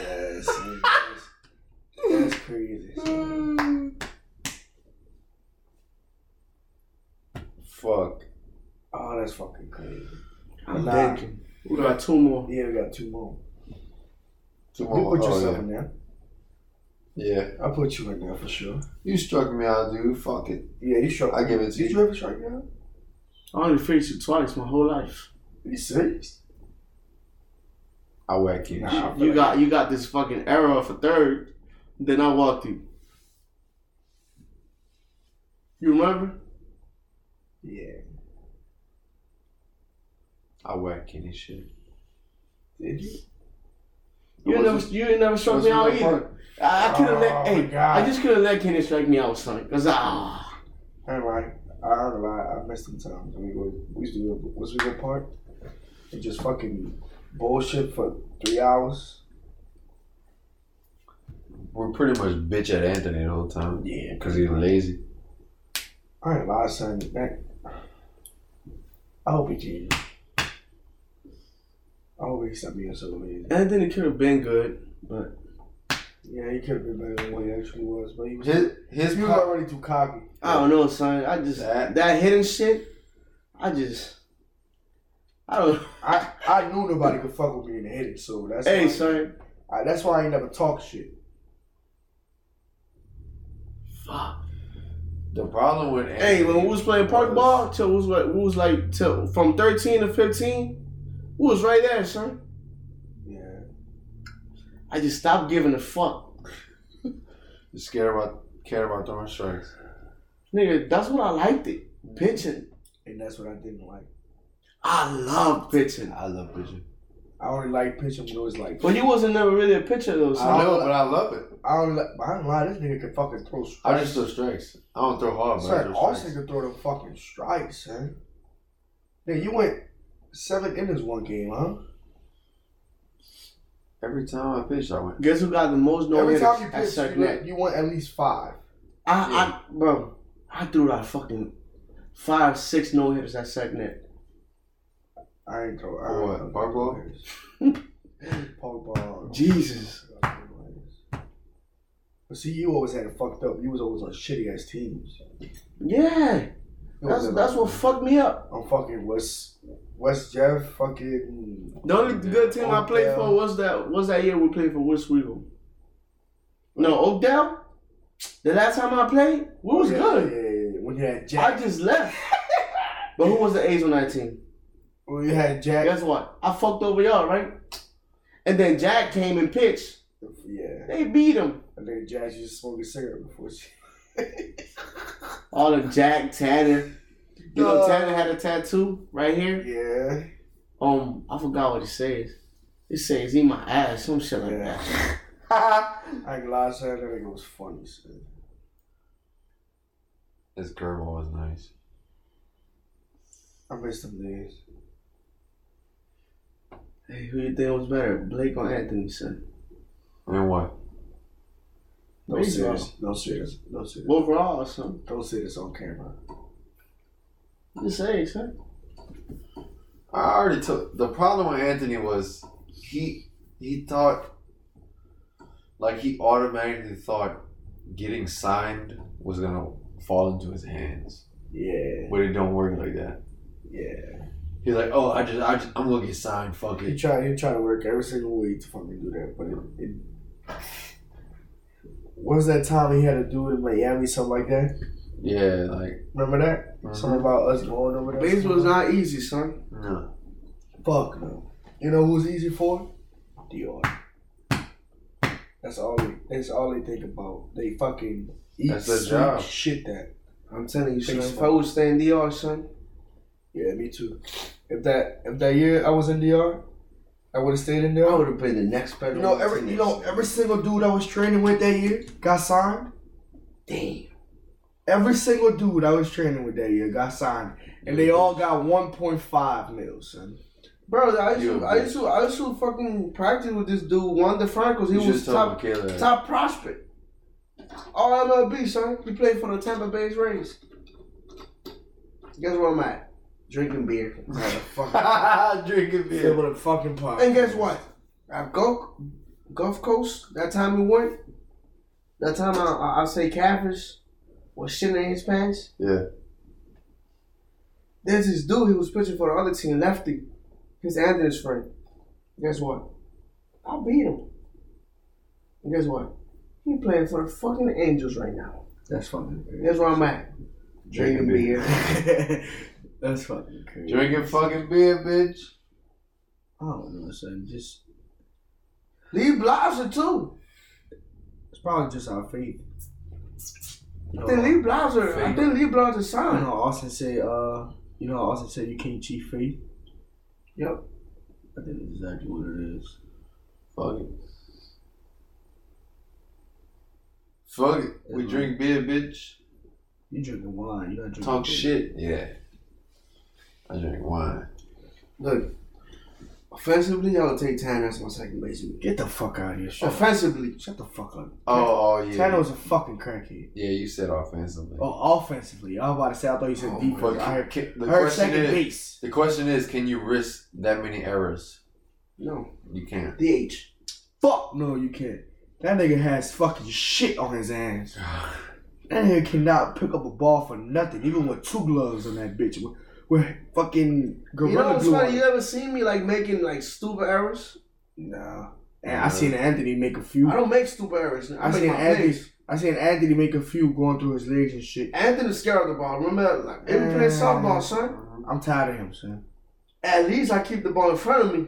[SPEAKER 1] man, that's- That's crazy. Oh,
[SPEAKER 2] Fuck.
[SPEAKER 1] Oh, that's fucking crazy.
[SPEAKER 3] I'm
[SPEAKER 1] Nah.
[SPEAKER 3] thinking. We got two more.
[SPEAKER 1] Yeah, we got two more.
[SPEAKER 2] Two
[SPEAKER 1] You
[SPEAKER 2] more.
[SPEAKER 1] put
[SPEAKER 2] oh,
[SPEAKER 1] yourself
[SPEAKER 2] yeah.
[SPEAKER 1] in there.
[SPEAKER 2] yeah.
[SPEAKER 1] I put you in there for sure.
[SPEAKER 2] You struck me out, dude. Fuck it.
[SPEAKER 1] Yeah, you struck.
[SPEAKER 2] I give it to
[SPEAKER 1] Did
[SPEAKER 2] you.
[SPEAKER 1] you ever strike out?
[SPEAKER 3] I only faced you twice my whole life.
[SPEAKER 1] Are you serious?
[SPEAKER 2] I whack you.
[SPEAKER 1] Nah. I feel like-
[SPEAKER 3] You got you got this fucking error for third. Then I walked you. You remember?
[SPEAKER 1] Yeah.
[SPEAKER 2] I whack you and shit.
[SPEAKER 1] Did you?
[SPEAKER 3] You ain't
[SPEAKER 2] It
[SPEAKER 3] never
[SPEAKER 2] wasn't-
[SPEAKER 3] you ain't never struck
[SPEAKER 2] was
[SPEAKER 3] me out
[SPEAKER 2] my
[SPEAKER 3] either. I, I could have
[SPEAKER 1] Oh,
[SPEAKER 3] let hey,
[SPEAKER 1] my God.
[SPEAKER 3] I just could have let Kenny strike me out, son. Cause ah,
[SPEAKER 1] I ain't lie. I ain't lie. I missed them times. When we go, we used to go, was we go park and just fucking bullshit for three hours.
[SPEAKER 2] We're pretty much bitch at Anthony the whole time.
[SPEAKER 1] Yeah.
[SPEAKER 2] Because he's lazy.
[SPEAKER 1] I ain't lie, son. That, I hope he can. I hope he stopped being so lazy.
[SPEAKER 3] Anthony could have been good, but
[SPEAKER 1] Yeah, he could have been better than what he actually was, but he was.
[SPEAKER 2] His, his
[SPEAKER 1] he was
[SPEAKER 2] co-
[SPEAKER 1] already too cocky.
[SPEAKER 3] I don't know, son. I just
[SPEAKER 2] That-
[SPEAKER 3] that, hitting shit. I just I
[SPEAKER 1] [laughs]
[SPEAKER 3] don't.
[SPEAKER 1] I, I knew nobody could fuck with me in the hitting, so that's
[SPEAKER 3] Hey,
[SPEAKER 1] why,
[SPEAKER 3] son.
[SPEAKER 1] I, that's why I ain't never talk shit.
[SPEAKER 3] Fuck.
[SPEAKER 2] the problem with Anthony
[SPEAKER 3] Hey, when we was playing park ball, till we was like, we was like till from thirteen to fifteen, we was right there, son.
[SPEAKER 1] Yeah,
[SPEAKER 3] I just stopped giving a fuck.
[SPEAKER 2] you scared about care about throwing strikes.
[SPEAKER 3] Nigga, that's what I liked it. Pitching.
[SPEAKER 1] and that's what I didn't like.
[SPEAKER 3] I love pitching.
[SPEAKER 2] I love pitching.
[SPEAKER 1] I only like pitching when it was like.
[SPEAKER 3] But you wasn't never really a pitcher though,
[SPEAKER 1] Uh,
[SPEAKER 3] so
[SPEAKER 2] I know, but I love it.
[SPEAKER 1] I don't like. I don't lie. This nigga can fucking throw strikes.
[SPEAKER 2] I just throw strikes. I don't throw hard, but I
[SPEAKER 1] Son,
[SPEAKER 2] throw
[SPEAKER 1] Austin
[SPEAKER 2] strikes.
[SPEAKER 1] can throw them fucking strikes, son. Nigga, you went seven innings one game, huh?
[SPEAKER 2] Every time I pitch, I went.
[SPEAKER 3] guess who got the most no
[SPEAKER 1] Every
[SPEAKER 3] hitters
[SPEAKER 1] time you
[SPEAKER 3] at
[SPEAKER 1] pitch,
[SPEAKER 3] Shark
[SPEAKER 1] you,
[SPEAKER 3] Neck?
[SPEAKER 1] let- you want at least five.
[SPEAKER 3] I, I bro, I threw out fucking five, six no hitters at Shark Neck.
[SPEAKER 1] I ain't throw.
[SPEAKER 2] For what?
[SPEAKER 1] I ain't
[SPEAKER 2] Park ball?
[SPEAKER 1] Park
[SPEAKER 3] [laughs]
[SPEAKER 1] ball.
[SPEAKER 3] Jesus.
[SPEAKER 1] But see, you always had it fucked up. You was always on shitty ass teams.
[SPEAKER 3] Yeah.
[SPEAKER 1] You
[SPEAKER 3] That's
[SPEAKER 1] was
[SPEAKER 3] that's what fucked me up.
[SPEAKER 1] on fucking West West Jeff fucking
[SPEAKER 3] The only good team I played
[SPEAKER 1] Odell.
[SPEAKER 3] for was that was that year we played for West Weevil. No, Oakdale? The last time I played, we was
[SPEAKER 1] Yeah,
[SPEAKER 3] good.
[SPEAKER 1] Yeah, yeah. When you had
[SPEAKER 3] I
[SPEAKER 1] Jack,
[SPEAKER 3] just left. [laughs] but who was the A's on that team?
[SPEAKER 1] when you had Jack,
[SPEAKER 3] Guess what? I fucked over y'all, right? And then Jack came and pitched.
[SPEAKER 1] yeah.
[SPEAKER 3] They beat him.
[SPEAKER 1] I think Jack used to smoke a cigarette before she.
[SPEAKER 3] All of Jack Tanner. [laughs] You know Tanner had a tattoo right here.
[SPEAKER 1] Yeah.
[SPEAKER 3] Um, I forgot what it says. It says "Eat my ass," some shit like [laughs]
[SPEAKER 1] Yeah.
[SPEAKER 3] that.
[SPEAKER 1] I ain't gonna lie, son. That nigga was funny, son.
[SPEAKER 2] His curveball was nice.
[SPEAKER 1] I missed them days.
[SPEAKER 3] hey, who you think was better, Blake or Anthony, son?
[SPEAKER 2] And what?
[SPEAKER 1] Don't say this. Don't say this. Don't say this.
[SPEAKER 3] Overall, son.
[SPEAKER 1] Don't say this on camera.
[SPEAKER 3] Just say, it, son.
[SPEAKER 2] I already took the problem with Anthony was he he thought like he automatically thought getting signed was gonna fall into his hands,
[SPEAKER 1] Yeah.
[SPEAKER 2] but it don't work like that.
[SPEAKER 1] Yeah.
[SPEAKER 2] He's like, oh, I just I just I'm gonna get signed. Fuck
[SPEAKER 1] He
[SPEAKER 2] it.
[SPEAKER 1] tried. He tried to work every single week to fucking do that, but it. it what was that time he had to do it in Miami, something like that?
[SPEAKER 2] Yeah, like
[SPEAKER 1] Remember that? Something about us going over there.
[SPEAKER 3] Baseball's not easy, son.
[SPEAKER 2] no.
[SPEAKER 1] Fuck no. You know who's easy for? DR. That's all. They, that's all they think about. They fucking eat,
[SPEAKER 2] That's their
[SPEAKER 1] sleep,
[SPEAKER 2] job.
[SPEAKER 1] shit that. I'm telling you, son.
[SPEAKER 3] If I would stay in DR, son,
[SPEAKER 1] Yeah, me too. If that if that year I was in DR, I would have stayed in
[SPEAKER 3] I
[SPEAKER 1] DR.
[SPEAKER 3] would have been the next better.
[SPEAKER 1] You know
[SPEAKER 3] one to
[SPEAKER 1] every you
[SPEAKER 3] this.
[SPEAKER 1] know every single dude I was training with that year got signed.
[SPEAKER 3] Damn.
[SPEAKER 1] Every single dude I was training with that year got signed, and they all got 1.5 mils, son.
[SPEAKER 3] Bro, I used,
[SPEAKER 2] You
[SPEAKER 3] to,
[SPEAKER 2] a
[SPEAKER 3] I used to, I used to fucking practice with this dude, Wanda Frankos. He
[SPEAKER 2] You
[SPEAKER 3] was
[SPEAKER 2] should tell
[SPEAKER 3] top,
[SPEAKER 2] Michaela. that.
[SPEAKER 3] top prospect. All MLB, son. He played for the Tampa Bay Rays. Guess where I'm at? Drinking beer. [laughs]
[SPEAKER 1] Motherfucker.
[SPEAKER 2] [laughs] Drinking
[SPEAKER 1] Filled
[SPEAKER 2] beer.
[SPEAKER 1] with a fucking pot.
[SPEAKER 3] And guess what? At Gulf, Gulf Coast, that time we went, that time I, I, I say catfish was shitting in his pants.
[SPEAKER 2] Yeah.
[SPEAKER 3] There's this dude he was pitching for the other team, lefty. His Andrews friend. Guess what? I beat him. And guess what? He playing for the fucking Angels right now.
[SPEAKER 1] That's fucking crazy.
[SPEAKER 3] Guess where I'm at.
[SPEAKER 2] Drinking beer.
[SPEAKER 1] [laughs] That's fucking crazy.
[SPEAKER 2] Drinking fucking beer, bitch.
[SPEAKER 1] I don't know, son. Just
[SPEAKER 3] Lee Blaser too.
[SPEAKER 1] it's probably just our faith.
[SPEAKER 3] I think Lee Blaser. I think Lee Blaser
[SPEAKER 1] You
[SPEAKER 3] signed.
[SPEAKER 1] know, Austin said, uh, you know, how Austin said you can't cheat faith.
[SPEAKER 3] Yep.
[SPEAKER 1] I think that's exactly what it is.
[SPEAKER 2] Fuck it. Fuck it. We
[SPEAKER 1] Mhm.
[SPEAKER 2] drink beer, bitch.
[SPEAKER 1] You drinking wine, you not drinking.
[SPEAKER 2] Talk
[SPEAKER 1] beer.
[SPEAKER 2] shit. Yeah. I drink wine.
[SPEAKER 3] Look, offensively, I would take Tanner as my second baseman.
[SPEAKER 1] Get the fuck out of here. Shut,
[SPEAKER 3] Offensively,
[SPEAKER 1] shut the fuck up.
[SPEAKER 2] Oh, oh yeah.
[SPEAKER 1] Tano's a fucking crackhead.
[SPEAKER 2] Yeah, you said offensively.
[SPEAKER 1] Oh, offensively. I was about to say, I thought you said
[SPEAKER 3] Oh,
[SPEAKER 1] defense.
[SPEAKER 2] But
[SPEAKER 1] I
[SPEAKER 2] can,
[SPEAKER 1] heard,
[SPEAKER 2] can, the
[SPEAKER 1] I heard
[SPEAKER 2] question
[SPEAKER 1] second
[SPEAKER 2] is,
[SPEAKER 1] base.
[SPEAKER 2] the question is, can you risk that many errors?
[SPEAKER 3] no.
[SPEAKER 2] You can't.
[SPEAKER 3] DH.
[SPEAKER 1] Fuck no, you can't. That nigga has fucking shit on his hands. That nigga cannot pick up a ball for nothing, even with two gloves on that bitch. With, with fucking
[SPEAKER 3] You know
[SPEAKER 1] gorilla
[SPEAKER 3] what's
[SPEAKER 1] glue.
[SPEAKER 3] funny?
[SPEAKER 1] on
[SPEAKER 3] You
[SPEAKER 1] it.
[SPEAKER 3] ever seen me like making like stupid errors?
[SPEAKER 1] Nah. And I seen Anthony make a few.
[SPEAKER 3] I don't make stupid errors. I,
[SPEAKER 1] I
[SPEAKER 3] make
[SPEAKER 1] seen
[SPEAKER 3] my
[SPEAKER 1] Anthony.
[SPEAKER 3] plays.
[SPEAKER 1] I seen Anthony make a few going through his legs and shit.
[SPEAKER 3] Anthony's scared of the ball. Remember, that? like, they were playing softball, son.
[SPEAKER 1] I'm tired of him, son.
[SPEAKER 3] At least I keep the ball in front of me.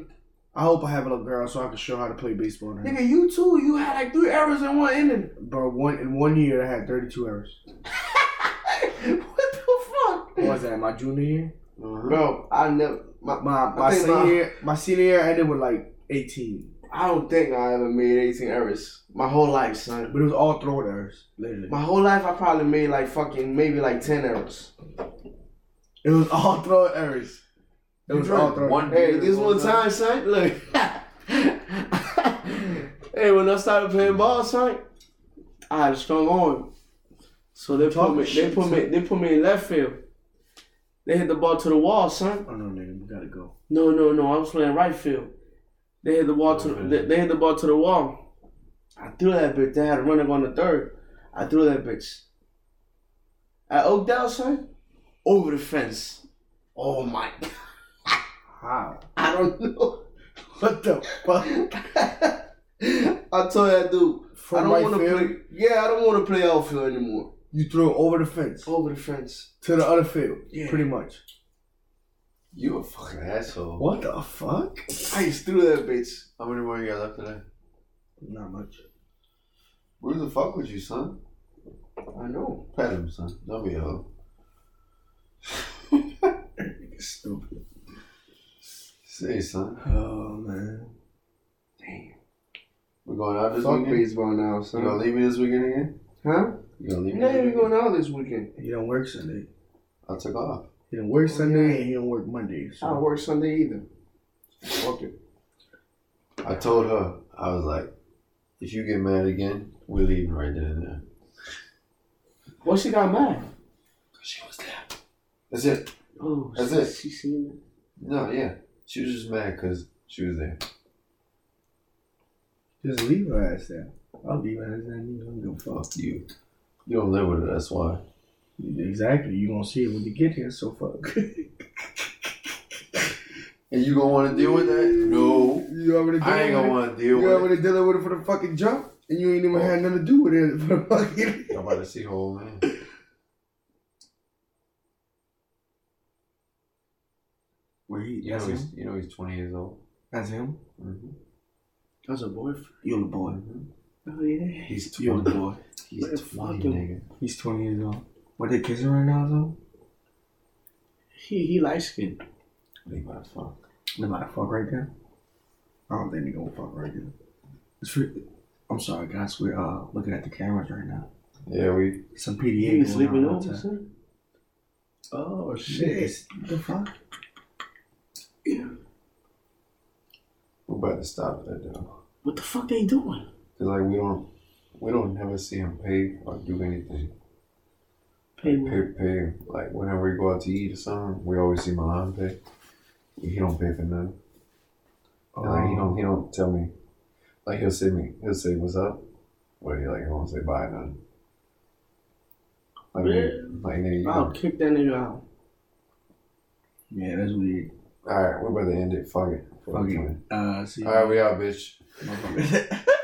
[SPEAKER 1] I hope I have a little girl so I can show her how to play baseball. To her.
[SPEAKER 3] Nigga, you too. You had like three errors in one inning. [laughs]
[SPEAKER 1] Bro, one in one year I had 32 errors.
[SPEAKER 3] what the
[SPEAKER 1] What
[SPEAKER 3] fuck,
[SPEAKER 1] was that? My junior year.
[SPEAKER 2] Mhm.
[SPEAKER 3] bro? I never. My,
[SPEAKER 1] My my
[SPEAKER 3] I think my-
[SPEAKER 1] senior year, my senior year ended with like 18,
[SPEAKER 3] I don't think I ever made eighteen errors my whole life, son.
[SPEAKER 1] but it was all throw errors. Literally,
[SPEAKER 3] My whole life, I probably made like fucking maybe like ten errors.
[SPEAKER 1] it was all throw errors. It
[SPEAKER 2] You
[SPEAKER 1] was
[SPEAKER 2] drank
[SPEAKER 1] all throw.
[SPEAKER 2] one-
[SPEAKER 3] Hey, this one time, son, look. [laughs] hey, when I started playing ball, son, I had a strong arm. So they put
[SPEAKER 1] Talk
[SPEAKER 3] me, they
[SPEAKER 1] shit,
[SPEAKER 3] put me,
[SPEAKER 1] son.
[SPEAKER 3] they put me in left field. They hit the ball to the wall, son.
[SPEAKER 1] Oh no, nigga, we gotta go.
[SPEAKER 3] No, no, no. I was playing right field. They hit the ball to
[SPEAKER 2] Okay.
[SPEAKER 3] they, they hit the ball to the wall. I threw that bitch. They had a runner on the third. I threw that bitch. At Oakdale, son, over the fence. Oh my! [laughs]
[SPEAKER 1] How?
[SPEAKER 3] I don't know.
[SPEAKER 1] What the fuck?
[SPEAKER 3] I told that dude,
[SPEAKER 1] From
[SPEAKER 3] I don't
[SPEAKER 1] right
[SPEAKER 3] want to
[SPEAKER 1] field,
[SPEAKER 3] play. Yeah, I don't want to play outfield anymore.
[SPEAKER 1] you throw over the fence
[SPEAKER 3] Over the fence.
[SPEAKER 1] to the other field,
[SPEAKER 3] Yeah.
[SPEAKER 1] pretty much.
[SPEAKER 2] You a fucking asshole.
[SPEAKER 1] What the fuck?
[SPEAKER 3] I just threw that bitch.
[SPEAKER 2] How many more you got left today?
[SPEAKER 1] Not much.
[SPEAKER 2] Where the fuck with you, son?
[SPEAKER 3] I know.
[SPEAKER 2] Pet him, son. Don't be a hoe.
[SPEAKER 1] Nigga, stupid.
[SPEAKER 2] Say, son.
[SPEAKER 1] Oh man.
[SPEAKER 2] We're going out this
[SPEAKER 3] Fuck
[SPEAKER 2] weekend.
[SPEAKER 3] baseball now,
[SPEAKER 2] You gonna
[SPEAKER 3] son.
[SPEAKER 2] leave me this weekend again?
[SPEAKER 3] Huh?
[SPEAKER 2] You gonna leave me?
[SPEAKER 3] Yeah,
[SPEAKER 2] this
[SPEAKER 3] we
[SPEAKER 2] weekend?
[SPEAKER 3] going out this weekend.
[SPEAKER 1] He don't work Sunday.
[SPEAKER 2] I took off.
[SPEAKER 1] He don't work
[SPEAKER 3] Oh,
[SPEAKER 1] Sunday
[SPEAKER 3] yeah.
[SPEAKER 1] and he don't work Monday.
[SPEAKER 3] I don't
[SPEAKER 1] So.
[SPEAKER 3] work Sunday either. Fuck it.
[SPEAKER 2] I told her, I was like, if you get mad again, we're leaving right then and there.
[SPEAKER 3] Well, she got mad.
[SPEAKER 2] She was there. That's it.
[SPEAKER 3] Oh,
[SPEAKER 2] That's
[SPEAKER 3] she,
[SPEAKER 2] it.
[SPEAKER 3] She seen it.
[SPEAKER 2] No, yeah. She was just mad because she was there.
[SPEAKER 1] Just leave her ass there. I'll leave her ass there. You don't give a fuck.
[SPEAKER 2] Fuck you. You don't live with her, that's why.
[SPEAKER 1] Exactly. You gonna see it when you get here. So fuck.
[SPEAKER 2] And you gonna wanna deal with that? No.
[SPEAKER 1] [laughs] You already dealing
[SPEAKER 2] I ain't gonna
[SPEAKER 1] with
[SPEAKER 2] wanna
[SPEAKER 1] it.
[SPEAKER 2] deal
[SPEAKER 1] You
[SPEAKER 2] with it.
[SPEAKER 1] already dealing with it for the fucking jump, and you ain't even had nothing to do with it for the fucking. [laughs]
[SPEAKER 2] I'm about to see whole man.
[SPEAKER 1] Where he?
[SPEAKER 2] You know he's you know he's twenty years old.
[SPEAKER 1] That's him.
[SPEAKER 2] Mhm.
[SPEAKER 3] That's a boyfriend.
[SPEAKER 1] You're the boy.
[SPEAKER 2] Mhm.
[SPEAKER 3] Oh yeah.
[SPEAKER 2] He's
[SPEAKER 1] You're the
[SPEAKER 2] twenty.
[SPEAKER 1] boy.
[SPEAKER 2] He's
[SPEAKER 3] Motherfucker.
[SPEAKER 2] twenty, nigga.
[SPEAKER 1] He's twenty years old. What they kissing right now though?
[SPEAKER 3] He he light skinned.
[SPEAKER 1] They about to fuck. They about to fuck right there. I don't think they gonna fuck right there. It's re- I'm sorry guys, we're uh, looking at the cameras right now.
[SPEAKER 2] Yeah, we.
[SPEAKER 1] Some
[SPEAKER 3] He
[SPEAKER 1] PDA.
[SPEAKER 3] ain't
[SPEAKER 1] going
[SPEAKER 3] sleeping
[SPEAKER 1] on
[SPEAKER 3] over,
[SPEAKER 1] outside.
[SPEAKER 3] son. Oh
[SPEAKER 1] Shit.
[SPEAKER 3] shit!
[SPEAKER 1] it's- The fuck?
[SPEAKER 2] We're about to stop that though,
[SPEAKER 3] What the fuck they doing?
[SPEAKER 2] cause like we don't, we don't never see him pay or do anything.
[SPEAKER 3] Pay
[SPEAKER 2] Pay, pay. Like whenever we go out to eat or something, we always see Milan pay. He don't pay for nothing. And, like
[SPEAKER 1] Oh,
[SPEAKER 2] he don't, he don't tell me. Like he'll say me, he'll say what's up, but he like he won't say bye nothing. Like, nigga, like nigga, you
[SPEAKER 3] I'll kick that nigga out.
[SPEAKER 1] Yeah, that's weird.
[SPEAKER 2] All right, we're about to end it. Fuck it.
[SPEAKER 1] Fuck it. Uh, see.
[SPEAKER 2] All right, we out, bitch.
[SPEAKER 1] [laughs] Motherfucker.